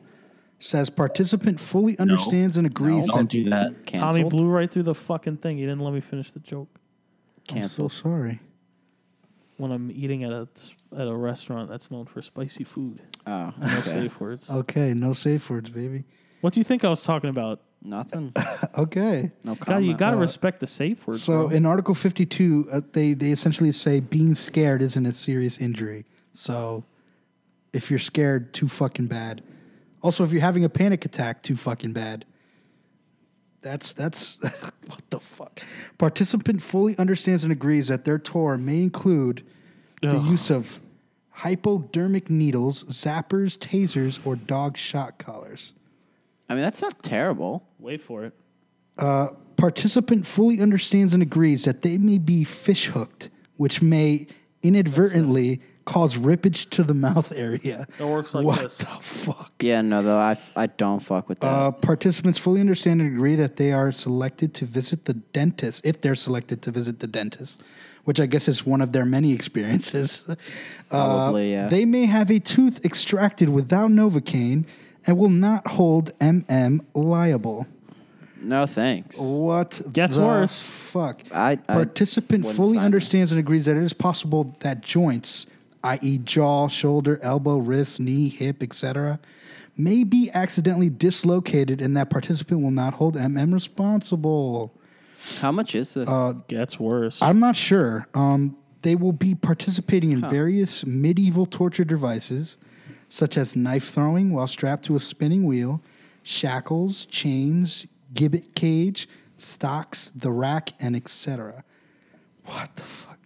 Speaker 1: says participant fully understands and agrees
Speaker 4: Don't
Speaker 1: that
Speaker 4: do that.
Speaker 3: canceled.
Speaker 2: Tommy blew right through the fucking thing. He didn't let me finish the joke.
Speaker 1: I'm so
Speaker 3: canceled.
Speaker 1: sorry.
Speaker 2: When I'm eating at a at a restaurant that's known for spicy food,
Speaker 3: Oh,
Speaker 2: no
Speaker 3: okay.
Speaker 2: safe words.
Speaker 1: Okay, no safe words, baby. Uh,
Speaker 2: What do you think I was talking about? [LAUGHS]
Speaker 3: Nothing.
Speaker 1: Okay.
Speaker 3: No
Speaker 2: God,
Speaker 3: comment.
Speaker 2: you got to respect the safe words.
Speaker 1: Uh, So
Speaker 2: bro.
Speaker 1: in Article 52, uh, they, they essentially say being scared isn't a serious injury. So if you're scared, too fucking bad. Also, if you're having a panic attack, too fucking bad. That's that's [LAUGHS] what the fuck. Participant fully understands and agrees that their tour may include the
Speaker 2: Ugh.
Speaker 1: use of hypodermic needles, zappers, tasers, or dog shot collars.
Speaker 3: I mean, that's not terrible.
Speaker 2: wait for it.
Speaker 1: participant fully understands and agrees that they may be fish hooked, which may inadvertently cause rippage to the mouth area.
Speaker 2: It works like
Speaker 1: what
Speaker 2: this.
Speaker 1: the fuck?
Speaker 3: Yeah, no, though I, I don't fuck with that.
Speaker 1: Uh, participants fully understand and agree that they are selected to visit the dentist, if they're selected to visit the dentist, which I guess is one of their many experiences. [LAUGHS] Uh,
Speaker 3: Probably, yeah.
Speaker 1: They may have a tooth extracted without Novocaine and will not hold MM liable.
Speaker 3: no thanks.
Speaker 1: What
Speaker 2: Gets
Speaker 1: the
Speaker 2: worse.
Speaker 1: Fuck.
Speaker 3: I- I
Speaker 1: Participant
Speaker 3: wouldn't
Speaker 1: fully
Speaker 3: sign
Speaker 1: understands and agrees that it is possible that joints, i.e., jaw, shoulder, elbow, wrist, knee, hip, etc., may be accidentally dislocated, and that participant will not hold MM responsible.
Speaker 3: How much is this?
Speaker 1: Uh,
Speaker 2: Gets worse.
Speaker 1: I'm not sure. Um, they will be participating in various medieval torture devices, such as knife throwing while strapped to a spinning wheel, shackles, chains, gibbet cage, stocks, the rack, and etc. What the fuck?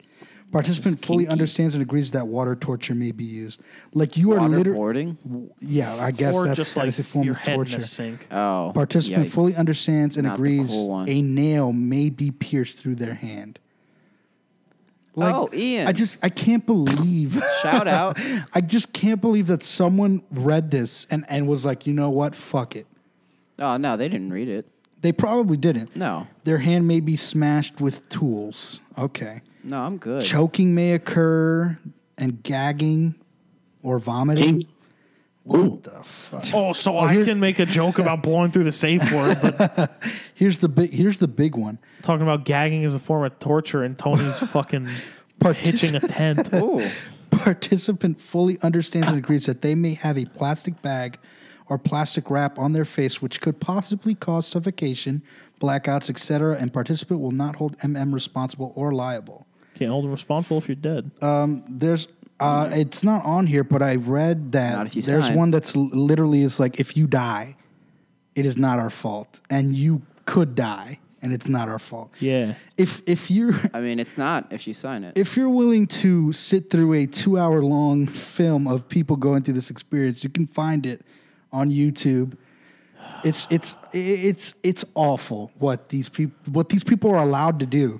Speaker 1: Participant fully
Speaker 3: kinky.
Speaker 1: understands and agrees that water torture may be used. Like you are literally,
Speaker 3: Waterboarding?
Speaker 1: yeah, I guess
Speaker 2: or
Speaker 1: that's
Speaker 2: just
Speaker 1: that
Speaker 2: like
Speaker 1: is a form
Speaker 2: your
Speaker 1: of
Speaker 2: head in
Speaker 1: torture. [LAUGHS]
Speaker 2: a sink.
Speaker 3: Oh.
Speaker 1: Participant
Speaker 3: yikes.
Speaker 1: fully understands and
Speaker 3: Not the
Speaker 1: agrees
Speaker 3: cool one.
Speaker 1: a nail may be pierced through their hand. Like,
Speaker 3: Oh, Ian.
Speaker 1: I just I can't believe [LAUGHS]
Speaker 3: Shout out.
Speaker 1: I just can't believe that someone read this and, and was like, you know what? Fuck it.
Speaker 3: Oh, no, they didn't read it.
Speaker 1: They probably didn't.
Speaker 3: No.
Speaker 1: Their hand may be smashed with tools. Okay.
Speaker 3: No, I'm good.
Speaker 1: Choking may occur. and gagging or vomiting.
Speaker 4: King. Ooh.
Speaker 1: The fuck?
Speaker 2: Oh, so
Speaker 1: here-
Speaker 2: I can make a joke about blowing through the safe word,
Speaker 1: [LAUGHS]
Speaker 2: but
Speaker 1: Here's the big. Here's the big one.
Speaker 2: talking about gagging as a form of torture
Speaker 1: [LAUGHS]
Speaker 2: and Tony's fucking hitching a tent.
Speaker 3: Ooh.
Speaker 1: Participant fully understands and agrees that they may have a plastic bag or plastic wrap on their face, which could possibly cause suffocation, blackouts, etc. And participant will not hold MM responsible or liable.
Speaker 2: Can't hold him responsible if you're dead.
Speaker 1: Um, there's uh, it's not on here, but I read that
Speaker 3: Not if you
Speaker 1: there's
Speaker 3: sign.
Speaker 1: one that's l- literally is like if you die, it is not our fault, and you could die, and it's not our fault.
Speaker 2: Yeah.
Speaker 1: If if you
Speaker 3: I mean, it's not if you sign it.
Speaker 1: if you're willing to sit through a two hour long film of people going through this experience, you can find it on YouTube. It's it's it's it's awful what these people what these people are allowed to do,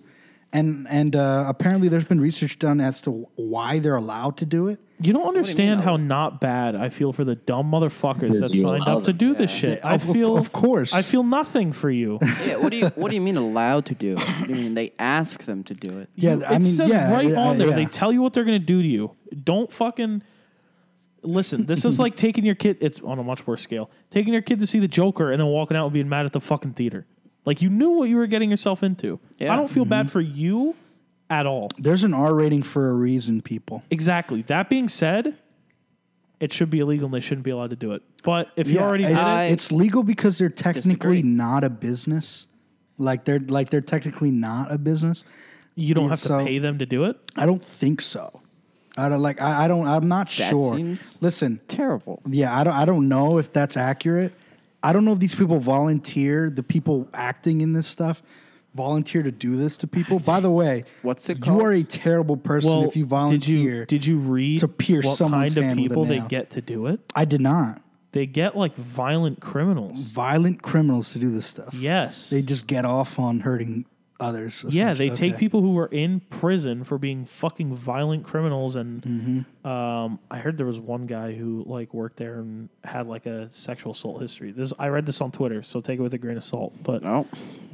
Speaker 1: and and uh, apparently there's been research done as to why they're allowed to do it.
Speaker 2: You don't understand
Speaker 3: I
Speaker 2: how not bad I feel for the dumb motherfuckers
Speaker 4: Because
Speaker 2: that
Speaker 4: you
Speaker 2: signed
Speaker 4: allow
Speaker 2: up to
Speaker 4: them,
Speaker 2: do this
Speaker 3: yeah.
Speaker 2: shit.
Speaker 1: They-
Speaker 2: I
Speaker 1: of-
Speaker 2: feel,
Speaker 1: of course.
Speaker 2: I feel nothing
Speaker 1: [LAUGHS]
Speaker 2: for you.
Speaker 3: yeah, what do you what do you mean allowed to do? What do you mean they ask them to do it?
Speaker 1: Yeah,
Speaker 2: You-
Speaker 1: I
Speaker 2: it
Speaker 1: mean,
Speaker 2: says
Speaker 1: yeah,
Speaker 2: right
Speaker 1: yeah,
Speaker 2: on there.
Speaker 1: yeah.
Speaker 2: They tell you what they're going to do to you. Don't fucking listen.
Speaker 1: [LAUGHS]
Speaker 2: This is like taking your kid. It's on a much worse scale. Taking your kid to see the Joker and then walking out and being mad at the fucking theater. Like you knew what you were getting yourself into.
Speaker 3: Yeah.
Speaker 2: I don't feel
Speaker 1: Mm-hmm.
Speaker 2: bad for you at all.
Speaker 1: There's an R rating for a reason, people.
Speaker 2: Exactly. That being said, it should be illegal and they shouldn't be allowed to do it. But if you
Speaker 1: Yeah,
Speaker 2: already did
Speaker 1: it's,
Speaker 2: it,
Speaker 3: I
Speaker 1: it's legal because they're
Speaker 3: disagree.
Speaker 1: technically not a business. Like they're like they're technically not a business.
Speaker 2: you don't
Speaker 1: yeah,
Speaker 2: have to
Speaker 1: so-
Speaker 2: pay them to do it.
Speaker 1: I don't think so. I don't like. I, I don't. I'm not
Speaker 3: That
Speaker 1: sure.
Speaker 3: seems-
Speaker 1: Listen,
Speaker 3: Terrible.
Speaker 1: yeah, I don't. I don't know if that's accurate. I don't know if these people volunteer. The people acting in this stuff volunteer to do this to people. By the way,
Speaker 3: What's it
Speaker 1: You
Speaker 3: called?
Speaker 1: are a terrible person
Speaker 2: Well,
Speaker 1: if you
Speaker 2: did you
Speaker 1: volunteer.
Speaker 2: did you read
Speaker 1: to pierce
Speaker 2: what
Speaker 1: someone's
Speaker 2: kind of
Speaker 1: hand with a
Speaker 2: people they
Speaker 1: nail.
Speaker 2: get to do it?
Speaker 1: I did not.
Speaker 2: They get like violent criminals.
Speaker 1: Violent criminals to do this stuff.
Speaker 2: Yes.
Speaker 1: they just get off on hurting others.
Speaker 2: yeah,
Speaker 1: essentially.
Speaker 2: they take
Speaker 1: Okay.
Speaker 2: people who were in prison for being fucking violent criminals, and
Speaker 1: Mm-hmm.
Speaker 2: um, I heard there was one guy who like worked there and had like a sexual assault history. This I read this on Twitter, so take it with a grain of salt. But
Speaker 1: Oh,
Speaker 3: No.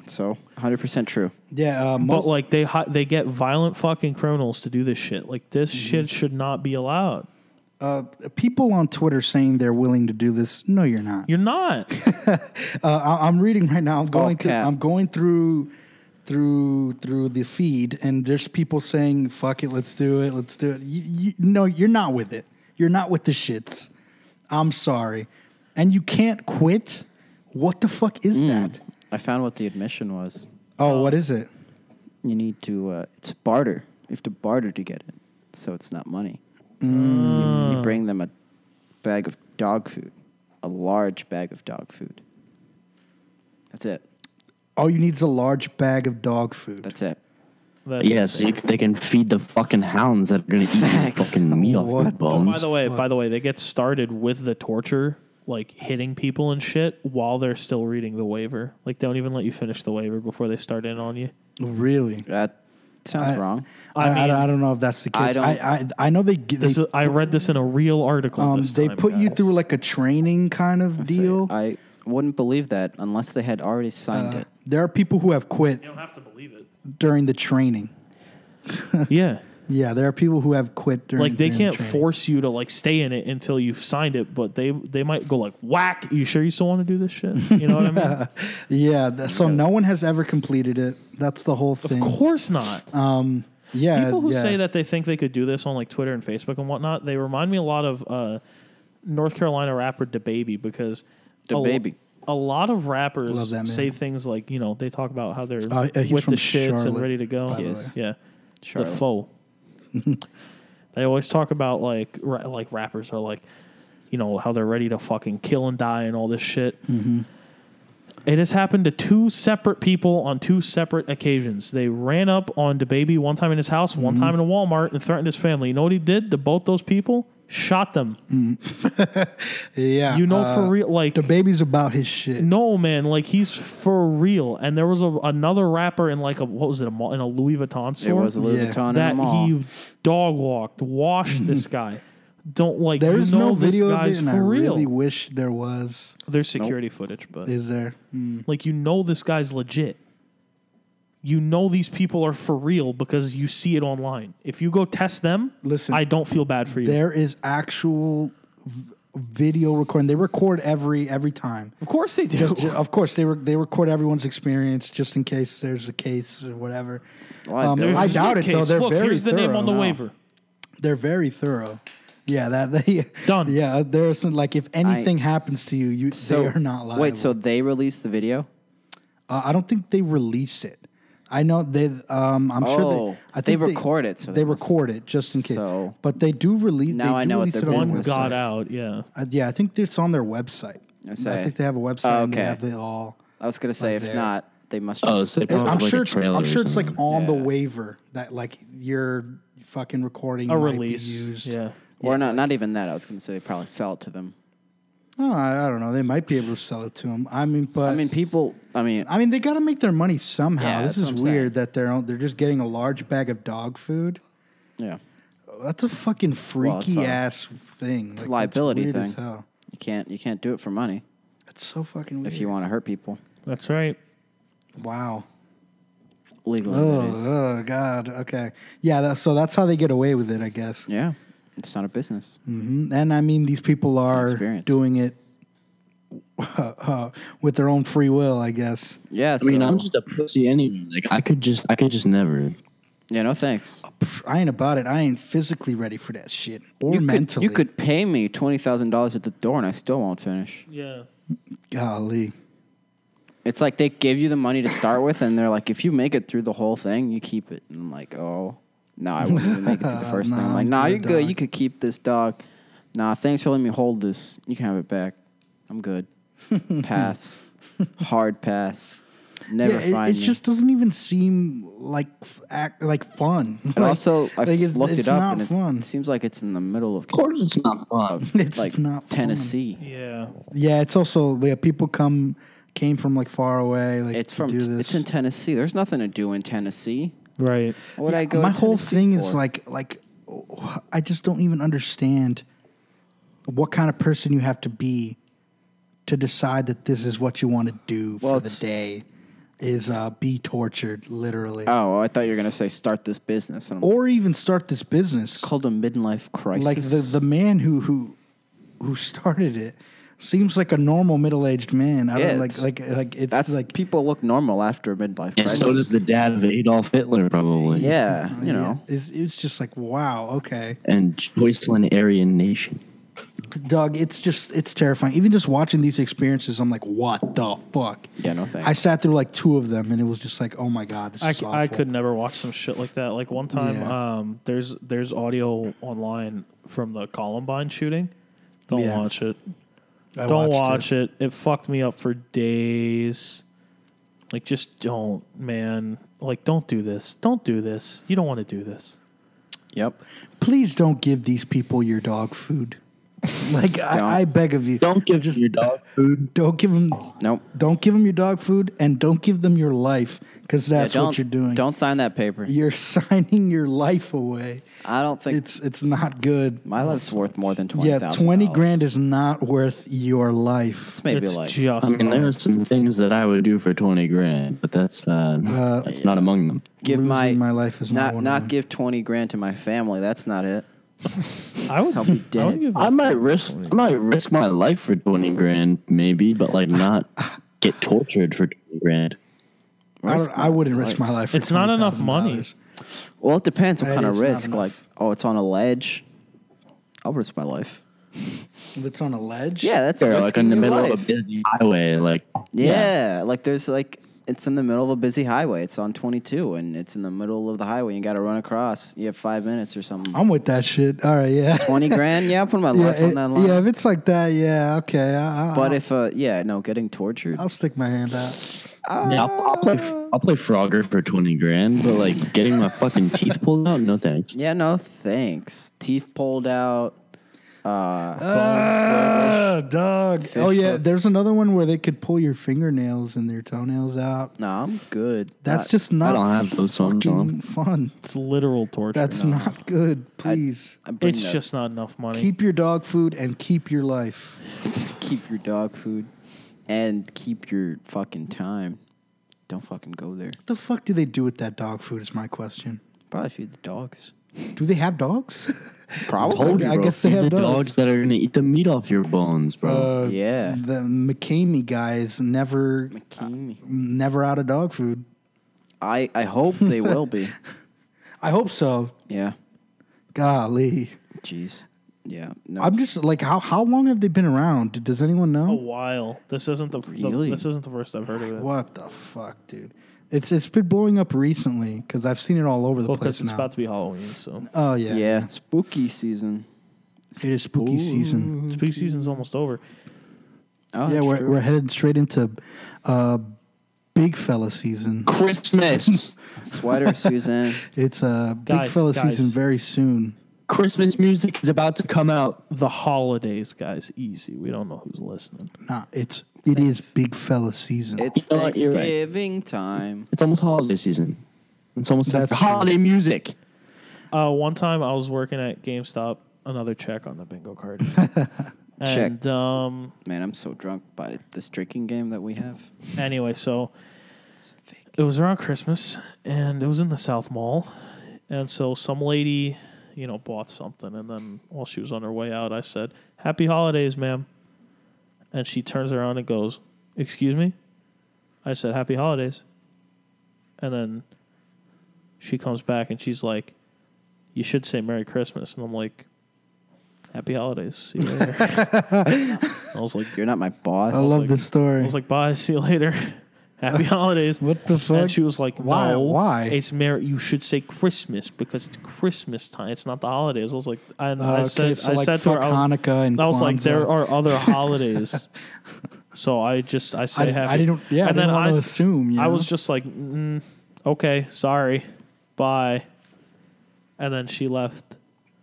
Speaker 3: So 100% true.
Speaker 1: Yeah, uh, mo-
Speaker 2: but like they hi- they get violent fucking criminals to do this shit. Like this
Speaker 1: Mm-hmm.
Speaker 2: shit should not be allowed.
Speaker 1: uh, people on Twitter saying they're willing to do this. No, you're not.
Speaker 2: You're not.
Speaker 1: Uh, I, I'm reading right now. I'm going. Through,
Speaker 3: cap.
Speaker 1: I'm going through, through, through the feed, and there's people saying, "Fuck it, let's do it, let's do it." You, you, no, you're not with it. You're not with the shits. I'm sorry, and you can't quit. What the fuck
Speaker 2: Hmm.
Speaker 1: is that?
Speaker 3: I found what the admission was.
Speaker 1: Oh, what is it?
Speaker 3: You need to uh, it's barter. You have to barter to get it. So it's not money.
Speaker 1: Mm.
Speaker 3: You, you bring them a bag of dog food, a large bag of dog food. That's it.
Speaker 1: All you need is a large bag of dog food.
Speaker 3: That's it.
Speaker 2: That
Speaker 4: Yeah,
Speaker 2: is-
Speaker 4: so you, c- they can feed the fucking hounds that are gonna eat your
Speaker 3: Facts.
Speaker 4: fucking meat off
Speaker 1: What
Speaker 4: your
Speaker 1: the-
Speaker 4: bones.
Speaker 2: By the way, by the way, they get started with the torture, like hitting people and shit, while they're still reading the waiver. Like, don't even let you finish the waiver before they start in on you.
Speaker 1: Really?
Speaker 3: That sounds
Speaker 1: I-
Speaker 3: wrong.
Speaker 1: I, I,
Speaker 2: mean-
Speaker 1: I don't know if that's the case.
Speaker 3: I
Speaker 1: I
Speaker 3: don't-
Speaker 1: I, I, know they. g- they
Speaker 2: This is, I read this in a real article.
Speaker 1: um,
Speaker 2: this
Speaker 1: they
Speaker 2: time,
Speaker 1: put you
Speaker 2: guys.
Speaker 1: through like a training kind of
Speaker 3: So
Speaker 1: deal.
Speaker 3: I wouldn't believe that unless they had already signed
Speaker 1: Uh,
Speaker 3: it.
Speaker 1: there are people who have quit
Speaker 2: You don't have to believe it.
Speaker 1: during the training.
Speaker 2: [LAUGHS] yeah,
Speaker 1: Yeah, there are people who have quit during.
Speaker 2: like they
Speaker 1: during
Speaker 2: can't
Speaker 1: training.
Speaker 2: force you to like stay in it until you've signed it, but they they might go like, "Whack! You sure you still want to do this shit?" You know what I mean?
Speaker 1: Yeah, th- so no one has ever completed it. That's the whole [LAUGHS] thing.
Speaker 2: of course not.
Speaker 1: Yeah,
Speaker 2: People who
Speaker 1: yeah.
Speaker 2: say that they think they could do this on like Twitter and Facebook and whatnot, they remind me a lot of uh, North Carolina rapper DaBaby because a lo-
Speaker 3: DaBaby.
Speaker 2: A lot of rappers
Speaker 1: Love that man.
Speaker 2: say things like, you know, they talk about how they're
Speaker 1: Uh, yeah, he's
Speaker 2: with
Speaker 1: from
Speaker 2: the shits and
Speaker 1: Charlotte,
Speaker 2: ready to go.
Speaker 1: by
Speaker 3: the
Speaker 2: Yes.
Speaker 3: Yes.
Speaker 2: Yeah.
Speaker 3: Charlotte.
Speaker 2: The
Speaker 3: [LAUGHS]
Speaker 2: foe. they always talk about like ra- like rappers are like, you know, how they're ready to fucking kill and die and all this shit.
Speaker 3: Mm-hmm.
Speaker 2: It has happened to two separate people on two separate occasions. They ran up on DeBaby one time in his house, one
Speaker 3: Mm-hmm.
Speaker 2: time in a Walmart, and threatened his family. You know what he did to both those people? Shot them.
Speaker 1: Yeah, uh,
Speaker 2: You know
Speaker 3: Uh,
Speaker 2: for real, like
Speaker 1: the baby's about his shit.
Speaker 2: no man, like he's for real. And there was a, another rapper in like a what was it a, mall- in a Louis Vuitton store
Speaker 3: It was a Louis
Speaker 1: Yeah.
Speaker 3: Vuitton in the
Speaker 2: that
Speaker 3: mall.
Speaker 2: he dog walked, washed [LAUGHS] this guy. Don't like
Speaker 1: There
Speaker 2: you
Speaker 1: is
Speaker 2: know
Speaker 1: no video
Speaker 2: this
Speaker 1: of
Speaker 2: guy's
Speaker 1: it, and I
Speaker 2: for real.
Speaker 1: really wish there was.
Speaker 2: There's security footage, but
Speaker 1: Is there? Hmm.
Speaker 2: like you know this guy's legit. you know these people are for real because you see it online. If you go test them,
Speaker 1: Listen,
Speaker 2: I don't feel bad for you.
Speaker 1: There is actual v- video recording. They record every every
Speaker 2: [LAUGHS]
Speaker 1: time.
Speaker 2: Of course they do.
Speaker 1: Just, ju- of course, they re- they record everyone's experience just in case there's a case or whatever.
Speaker 3: Well, I
Speaker 1: Um, [LAUGHS]
Speaker 3: doubt
Speaker 1: I
Speaker 2: Here's
Speaker 1: doubt
Speaker 2: the
Speaker 1: it though.
Speaker 2: case.
Speaker 1: They're
Speaker 2: Look,
Speaker 1: very
Speaker 2: here's the
Speaker 1: thorough.
Speaker 2: name on the waiver.
Speaker 1: They're very thorough. Yeah, that [LAUGHS] they
Speaker 2: Done.
Speaker 1: Yeah, there's some, like if anything happens to you, you they are not liable.
Speaker 3: Wait, so they released the video?
Speaker 1: Uh, I don't think they release it. I know they. Um, I'm sure
Speaker 3: Oh,
Speaker 1: they. I
Speaker 3: they
Speaker 1: think
Speaker 3: record it, so
Speaker 1: they
Speaker 3: they must-
Speaker 1: record it just in case.
Speaker 3: so-
Speaker 1: but they do release.
Speaker 3: Now
Speaker 1: they
Speaker 3: I
Speaker 1: do
Speaker 3: know what
Speaker 1: release it
Speaker 3: their
Speaker 1: on
Speaker 2: One
Speaker 3: business
Speaker 2: got
Speaker 3: is.
Speaker 2: out. Yeah.
Speaker 1: Uh, yeah, I think it's on their website. I,
Speaker 3: say.
Speaker 1: think they have a website.
Speaker 3: Oh,
Speaker 1: and they
Speaker 3: okay.
Speaker 1: have it all.
Speaker 3: I was gonna say,
Speaker 1: Right
Speaker 3: if
Speaker 1: there.
Speaker 3: not, they must.
Speaker 4: Oh,
Speaker 3: Just,
Speaker 4: so they probably
Speaker 1: I'm
Speaker 4: have,
Speaker 1: sure.
Speaker 4: like
Speaker 1: It's,
Speaker 4: a trailer
Speaker 1: I'm
Speaker 4: or
Speaker 1: sure it's like
Speaker 4: something.
Speaker 1: on the
Speaker 3: Yeah.
Speaker 1: waiver that like your fucking recording
Speaker 2: A
Speaker 1: might
Speaker 2: release.
Speaker 1: be used.
Speaker 2: Yeah.
Speaker 3: or not? Not even that. I was gonna say they probably sell it to them.
Speaker 1: Oh, I, I don't know. They might be able to sell it to them. I mean, but
Speaker 3: I mean, people. I mean,
Speaker 1: I mean, they got to make their money somehow.
Speaker 3: Yeah,
Speaker 1: this
Speaker 3: that's
Speaker 1: is
Speaker 3: what I'm saying.
Speaker 1: weird that they're they're just getting a large bag of dog food.
Speaker 3: yeah,
Speaker 1: That's a fucking
Speaker 3: that's
Speaker 1: freaky
Speaker 3: fine.
Speaker 1: ass thing. It's
Speaker 3: a liability
Speaker 1: weird
Speaker 3: thing.
Speaker 1: As hell.
Speaker 3: you can't. You can't do it for money
Speaker 1: That's so fucking weird.
Speaker 3: if you want to hurt people
Speaker 2: That's right.
Speaker 1: Wow.
Speaker 3: legally. that
Speaker 1: Oh,
Speaker 3: is.
Speaker 1: oh God. Okay. Yeah. That, so that's how they get away with it, I guess.
Speaker 3: Yeah, it's not a business.
Speaker 1: hmm And I mean, these people
Speaker 3: an
Speaker 1: are
Speaker 3: experience.
Speaker 1: doing it [LAUGHS] with their own free will, I guess.
Speaker 3: Yeah,
Speaker 4: I mean,
Speaker 3: so-
Speaker 4: I'm just a pussy anyway. Like I could just, I could just never.
Speaker 3: yeah. No thanks.
Speaker 1: Pff, I ain't about it. I ain't physically ready for that shit or
Speaker 3: you
Speaker 1: mentally.
Speaker 3: Could, you could pay me twenty thousand dollars at the door, and I still won't finish.
Speaker 2: Yeah.
Speaker 1: Golly.
Speaker 3: It's like they give you the money to start with, and they're like, if you make it through the whole thing, you keep it. And I'm like, oh, no, I wouldn't even make it through
Speaker 1: [LAUGHS]
Speaker 3: the first thing.
Speaker 1: Nah,
Speaker 3: I'm like,
Speaker 1: I'm
Speaker 3: nah,
Speaker 1: good,
Speaker 3: you're good.
Speaker 1: dog."
Speaker 3: You could keep this dog. Nah, thanks for letting me hold this. You can have it back.
Speaker 1: [LAUGHS]
Speaker 3: I'm good. pass. Hard pass. Never
Speaker 1: yeah, it-
Speaker 3: find
Speaker 1: it,
Speaker 3: me.
Speaker 1: just doesn't even seem like f- act, like fun.
Speaker 3: And
Speaker 1: Like,
Speaker 3: also, I
Speaker 1: like, it's,
Speaker 3: looked
Speaker 1: it's
Speaker 3: it up,
Speaker 1: Not
Speaker 3: and it's-
Speaker 1: fun.
Speaker 3: it seems like it's in the middle of,
Speaker 4: Of course, it's not fun.
Speaker 1: [LAUGHS] It's
Speaker 3: like
Speaker 1: not fun.
Speaker 3: Tennessee.
Speaker 2: Yeah.
Speaker 1: Yeah, it's also yeah, people come came from like far away. Like
Speaker 3: It's
Speaker 1: to
Speaker 3: from.
Speaker 1: do this.
Speaker 3: It's in Tennessee. There's nothing to do in Tennessee.
Speaker 2: Right.
Speaker 3: What would
Speaker 1: Yeah,
Speaker 3: I go?
Speaker 1: My
Speaker 3: to
Speaker 1: whole
Speaker 3: Tennessee
Speaker 1: thing is
Speaker 3: for?
Speaker 1: like like oh, I just don't even understand what kind of person you have to be to decide that this is what you want to do
Speaker 3: Well,
Speaker 1: for the
Speaker 3: it's-
Speaker 1: day. Is uh, be tortured literally,
Speaker 3: Oh, I thought you were gonna say start this business. And I'm
Speaker 1: or even start this business.
Speaker 3: called a midlife crisis.
Speaker 1: Like the the man who who who started it seems like a normal middle aged man. I
Speaker 3: Yeah,
Speaker 1: don't like
Speaker 3: it's-
Speaker 1: like like it's
Speaker 3: that's
Speaker 1: like
Speaker 3: like people look normal after a midlife
Speaker 4: And
Speaker 3: crisis.
Speaker 4: so does the dad of Adolf Hitler, probably.
Speaker 1: [LAUGHS]
Speaker 3: Yeah, you know.
Speaker 1: it's it's just like wow okay.
Speaker 4: And Joycelyn Aryan Nation.
Speaker 1: Doug, it's just it's terrifying. Even just watching these experiences, I'm like, what the fuck?
Speaker 3: Yeah, no thanks.
Speaker 1: I sat through like two of them, and it was just like, oh my god, this
Speaker 2: I,
Speaker 1: is
Speaker 2: c-
Speaker 1: awful.
Speaker 2: I could never watch some shit like that. Like one time,
Speaker 1: Yeah.
Speaker 2: um, there's there's audio online from the Columbine shooting. Don't
Speaker 1: Yeah.
Speaker 2: watch it.
Speaker 1: I
Speaker 2: don't
Speaker 1: watched
Speaker 2: watch it. it. fucked me up for days. Like just don't, man. Like don't do this. Don't do this. You don't want to do this.
Speaker 3: yep.
Speaker 1: Please don't give these people your dog food. [LAUGHS] like
Speaker 3: Don't.
Speaker 1: I, I beg of you,
Speaker 4: Don't give your dog food.
Speaker 1: don't give them
Speaker 3: Nope.
Speaker 1: don't give them your dog food, and don't give them your life because
Speaker 3: Yeah,
Speaker 1: that's
Speaker 3: don't,
Speaker 1: what you're doing.
Speaker 3: Don't sign that paper.
Speaker 1: You're [LAUGHS] signing your life away.
Speaker 3: I don't think
Speaker 1: It's it's not good.
Speaker 3: my life's worth more than twenty
Speaker 1: Yeah,
Speaker 3: thousand.
Speaker 1: twenty grand is not worth your life.
Speaker 3: It's maybe
Speaker 2: it's
Speaker 3: like
Speaker 4: I
Speaker 2: just.
Speaker 4: mean, there are some things that I would do for twenty grand, but that's uh, that's not among them.
Speaker 3: give my
Speaker 1: losing my life is my
Speaker 3: not
Speaker 1: one
Speaker 3: not
Speaker 1: win.
Speaker 3: give twenty grand to my family. That's not it.
Speaker 2: [LAUGHS] I would.
Speaker 3: I'll be
Speaker 2: I would
Speaker 3: dead.
Speaker 2: give
Speaker 4: I might risk I might risk my life for twenty grand, maybe, but like not get tortured for twenty grand.
Speaker 1: I, don't, I wouldn't risk my life. For
Speaker 2: [LAUGHS] It's not enough
Speaker 1: $20,000.
Speaker 2: money.
Speaker 3: Well, it depends what
Speaker 1: It
Speaker 3: kind of
Speaker 1: is not
Speaker 3: risk.
Speaker 1: enough.
Speaker 3: Like, oh, it's on a ledge. I'll risk my life.
Speaker 1: If it's on a ledge,
Speaker 3: Yeah, that's
Speaker 4: Or like in the
Speaker 3: risking your
Speaker 4: middle
Speaker 3: life.
Speaker 4: of a busy highway, like
Speaker 3: Yeah, like there's like it's in the middle of a busy highway. It's on 22 and it's in the middle of the highway. You got to run across. You have five minutes or [LAUGHS] something.
Speaker 1: I'm with that shit. All right, yeah, [LAUGHS]
Speaker 3: 20 grand? Yeah, I'll put my
Speaker 1: Oh. yeah,
Speaker 3: life on
Speaker 1: it-
Speaker 3: that line.
Speaker 1: yeah. If it's like that, yeah, okay. I, I,
Speaker 3: but
Speaker 1: I,
Speaker 3: if, uh, yeah, no, getting tortured.
Speaker 1: I'll stick my hand out.
Speaker 4: Yeah, I'll, I'll play I'll play Frogger for twenty grand, but like getting my fucking teeth pulled out, no thanks.
Speaker 3: yeah, no, thanks. Teeth pulled out. Uh,
Speaker 1: Ah, dog.
Speaker 3: Fish
Speaker 1: Oh yeah,
Speaker 3: hooks.
Speaker 1: there's another one where they could pull your fingernails and their toenails out.
Speaker 3: no, I'm good.
Speaker 1: That's
Speaker 3: Not-
Speaker 1: just not.
Speaker 4: don't have those ones,
Speaker 1: fucking
Speaker 4: Tom.
Speaker 1: Fun.
Speaker 2: It's literal torture.
Speaker 1: That's not good. Please
Speaker 3: I bring
Speaker 2: it's
Speaker 3: the- [LAUGHS]
Speaker 2: just not enough money.
Speaker 1: keep your dog food and keep your life.
Speaker 3: keep your dog food and keep your fucking time. Don't fucking go there.
Speaker 1: What the fuck do they do with that dog food? Is my question.
Speaker 3: Probably feed the dogs.
Speaker 1: Do they have dogs?
Speaker 3: [LAUGHS] Probably.
Speaker 1: I guess they
Speaker 4: Feed
Speaker 1: have
Speaker 4: the
Speaker 1: dogs.
Speaker 4: dogs that are gonna eat the meat off your bones, bro.
Speaker 1: Uh,
Speaker 3: Yeah.
Speaker 1: The McCamey guys never,
Speaker 3: McKeamy.
Speaker 1: never out of dog food.
Speaker 3: I, I hope they
Speaker 1: [LAUGHS]
Speaker 3: will be.
Speaker 1: I hope so.
Speaker 3: Yeah.
Speaker 1: Golly,
Speaker 3: Jeez. Yeah. No.
Speaker 1: I'm just like, how how long have they been around? D- Does anyone
Speaker 2: A
Speaker 1: know?
Speaker 2: while. This isn't the, the-
Speaker 3: Really?
Speaker 2: this isn't the first I've heard of it.
Speaker 1: What the fuck, dude? It's it's been blowing up recently because I've seen it all over the
Speaker 2: Well,
Speaker 1: place
Speaker 2: because it's
Speaker 1: now.
Speaker 2: about to be Halloween, so
Speaker 1: oh yeah,
Speaker 3: yeah. Spooky season.
Speaker 1: It is spooky season.
Speaker 2: spooky season's almost over.
Speaker 3: Oh,
Speaker 1: yeah,
Speaker 3: that's
Speaker 1: we're
Speaker 3: true.
Speaker 1: we're headed straight into uh, big fella season. [LAUGHS]
Speaker 4: Christmas,
Speaker 3: [LAUGHS] Sweater season.
Speaker 1: It's uh, big
Speaker 2: Guys,
Speaker 1: fella
Speaker 2: guys.
Speaker 1: season very soon.
Speaker 4: Christmas music is about to come out.
Speaker 2: The holidays, guys, easy. We don't know who's listening.
Speaker 1: Nah, it's it is
Speaker 3: Thanks.
Speaker 1: big fella season.
Speaker 3: It's
Speaker 4: You know what, you're right.
Speaker 3: Thanksgiving time.
Speaker 4: It's almost holiday season. It's almost time
Speaker 1: That's
Speaker 4: for
Speaker 1: true.
Speaker 4: holiday music.
Speaker 2: Uh, one time I was working at GameStop. Another check on the bingo card. and,
Speaker 3: Check.
Speaker 2: Um.
Speaker 3: Man, I'm so drunk by this drinking game that we have.
Speaker 2: Anyway, so
Speaker 3: It's fake.
Speaker 2: it was around Christmas, and it was in the South Mall, and so some lady, you know, bought something, and then while she was on her way out, I said, "Happy holidays, ma'am," and she turns around and goes, "Excuse me," I said, "Happy holidays," and then she comes back and she's like, "You should say Merry Christmas," and I'm like, "Happy holidays." See you later. I was like,
Speaker 3: You're not my boss.
Speaker 1: I love
Speaker 2: like-
Speaker 1: this
Speaker 2: I
Speaker 1: story.
Speaker 2: was like, "Bye, [LAUGHS] see you later." Happy holidays.
Speaker 1: what the fuck?
Speaker 2: And she was like,
Speaker 1: Why-
Speaker 2: "No,
Speaker 1: why?"
Speaker 2: It's Mary. You should say Christmas because it's Christmas time. It's not the holidays." I was like, and
Speaker 1: Uh,
Speaker 2: I
Speaker 1: okay,
Speaker 2: said,
Speaker 1: so,
Speaker 2: I
Speaker 1: like,
Speaker 2: said to her,
Speaker 1: fuck
Speaker 2: I was,
Speaker 1: Hanukkah and
Speaker 2: I was like,
Speaker 1: Kwanzaa.
Speaker 2: there
Speaker 1: [LAUGHS]
Speaker 2: are other holidays." so I just I
Speaker 1: I,
Speaker 2: say
Speaker 1: didn't-
Speaker 2: happy.
Speaker 1: I didn't. Yeah,
Speaker 2: and
Speaker 1: I
Speaker 2: then
Speaker 1: didn't
Speaker 2: I
Speaker 1: want to
Speaker 2: s-
Speaker 1: assume. You
Speaker 2: I
Speaker 1: know?
Speaker 2: was just like, mm, "Okay, sorry, bye," and then she left.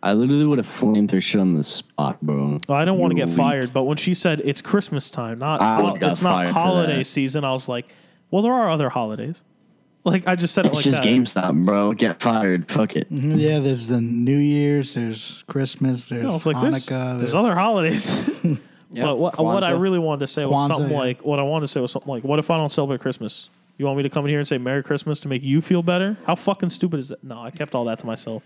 Speaker 4: I literally would have flamed her shit on the spot, bro.
Speaker 2: Well, I don't want to
Speaker 4: You
Speaker 2: get
Speaker 4: weak.
Speaker 2: fired, but when she said it's Christmas time, not
Speaker 4: I
Speaker 2: hol-
Speaker 4: would've got
Speaker 2: it's not
Speaker 4: fired for
Speaker 2: holiday
Speaker 4: that.
Speaker 2: season, I was like, "Well, there are other holidays." Like I just said it
Speaker 4: It's
Speaker 2: like
Speaker 4: just
Speaker 2: that.
Speaker 4: GameStop, bro. Get fired. Fuck it.
Speaker 1: Mhm, Yeah, there's the New Year's, there's Christmas, there's
Speaker 2: No, it's like there's,
Speaker 1: Hanukkah,
Speaker 2: there's other holidays. [LAUGHS]
Speaker 3: Yeah,
Speaker 2: but what, what I
Speaker 3: Kwanzaa.
Speaker 2: really wanted to say was
Speaker 1: Kwanzaa,
Speaker 2: something
Speaker 1: yeah.
Speaker 2: like, what I wanted to say was something like, what if I don't celebrate Christmas? You want me to come in here and say Merry Christmas to make you feel better? How fucking stupid is that? No, I kept all that to myself.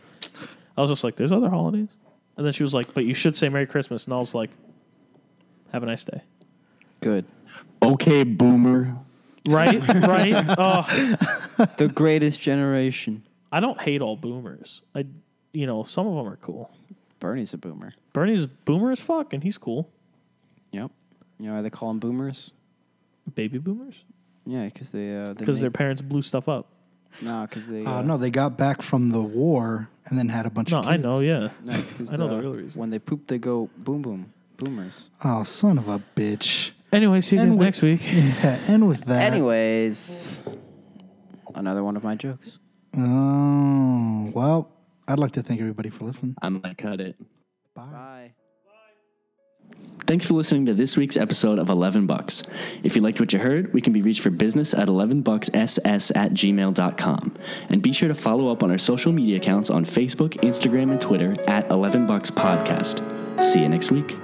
Speaker 2: I was just like, there's other holidays. And then she was like, but you should say Merry Christmas. And I was like, have a
Speaker 1: [LAUGHS]
Speaker 2: nice day.
Speaker 3: Good.
Speaker 4: Okay, boomer.
Speaker 2: Right? right? Oh,
Speaker 3: The greatest generation.
Speaker 2: I don't hate all boomers. I, you know, some of them are cool.
Speaker 3: Bernie's a boomer.
Speaker 2: Bernie's a boomer as fuck, and he's cool.
Speaker 3: Yep. You know why they call them boomers?
Speaker 2: Baby boomers?
Speaker 3: Yeah, because they uh,
Speaker 2: Because their parents blew stuff up.
Speaker 3: [LAUGHS] no, because they
Speaker 1: Uh, no, they got back from the war and then had a bunch
Speaker 2: No,
Speaker 1: of
Speaker 2: I
Speaker 1: kids.
Speaker 2: know, yeah.
Speaker 3: no, it's because
Speaker 2: I know the real reason.
Speaker 3: When they poop, they go boom boom boomers.
Speaker 1: Oh, son of a bitch. [LAUGHS]
Speaker 2: Anyway, see you
Speaker 1: And
Speaker 2: guys
Speaker 1: we-
Speaker 2: next week.
Speaker 1: Yeah, and with that.
Speaker 3: Anyways, another one of my jokes.
Speaker 1: Oh, well, I'd like to thank everybody for listening.
Speaker 4: I'm gonna cut it.
Speaker 1: Bye.
Speaker 3: Bye.
Speaker 4: Thanks for listening to this week's episode of 11 Bucks. If you liked what you heard, we can be reached for business at 11bucksss at gmail.com. And be sure to follow up on our social media accounts on Facebook, Instagram, and Twitter at 11 Bucks Podcast. See you next week.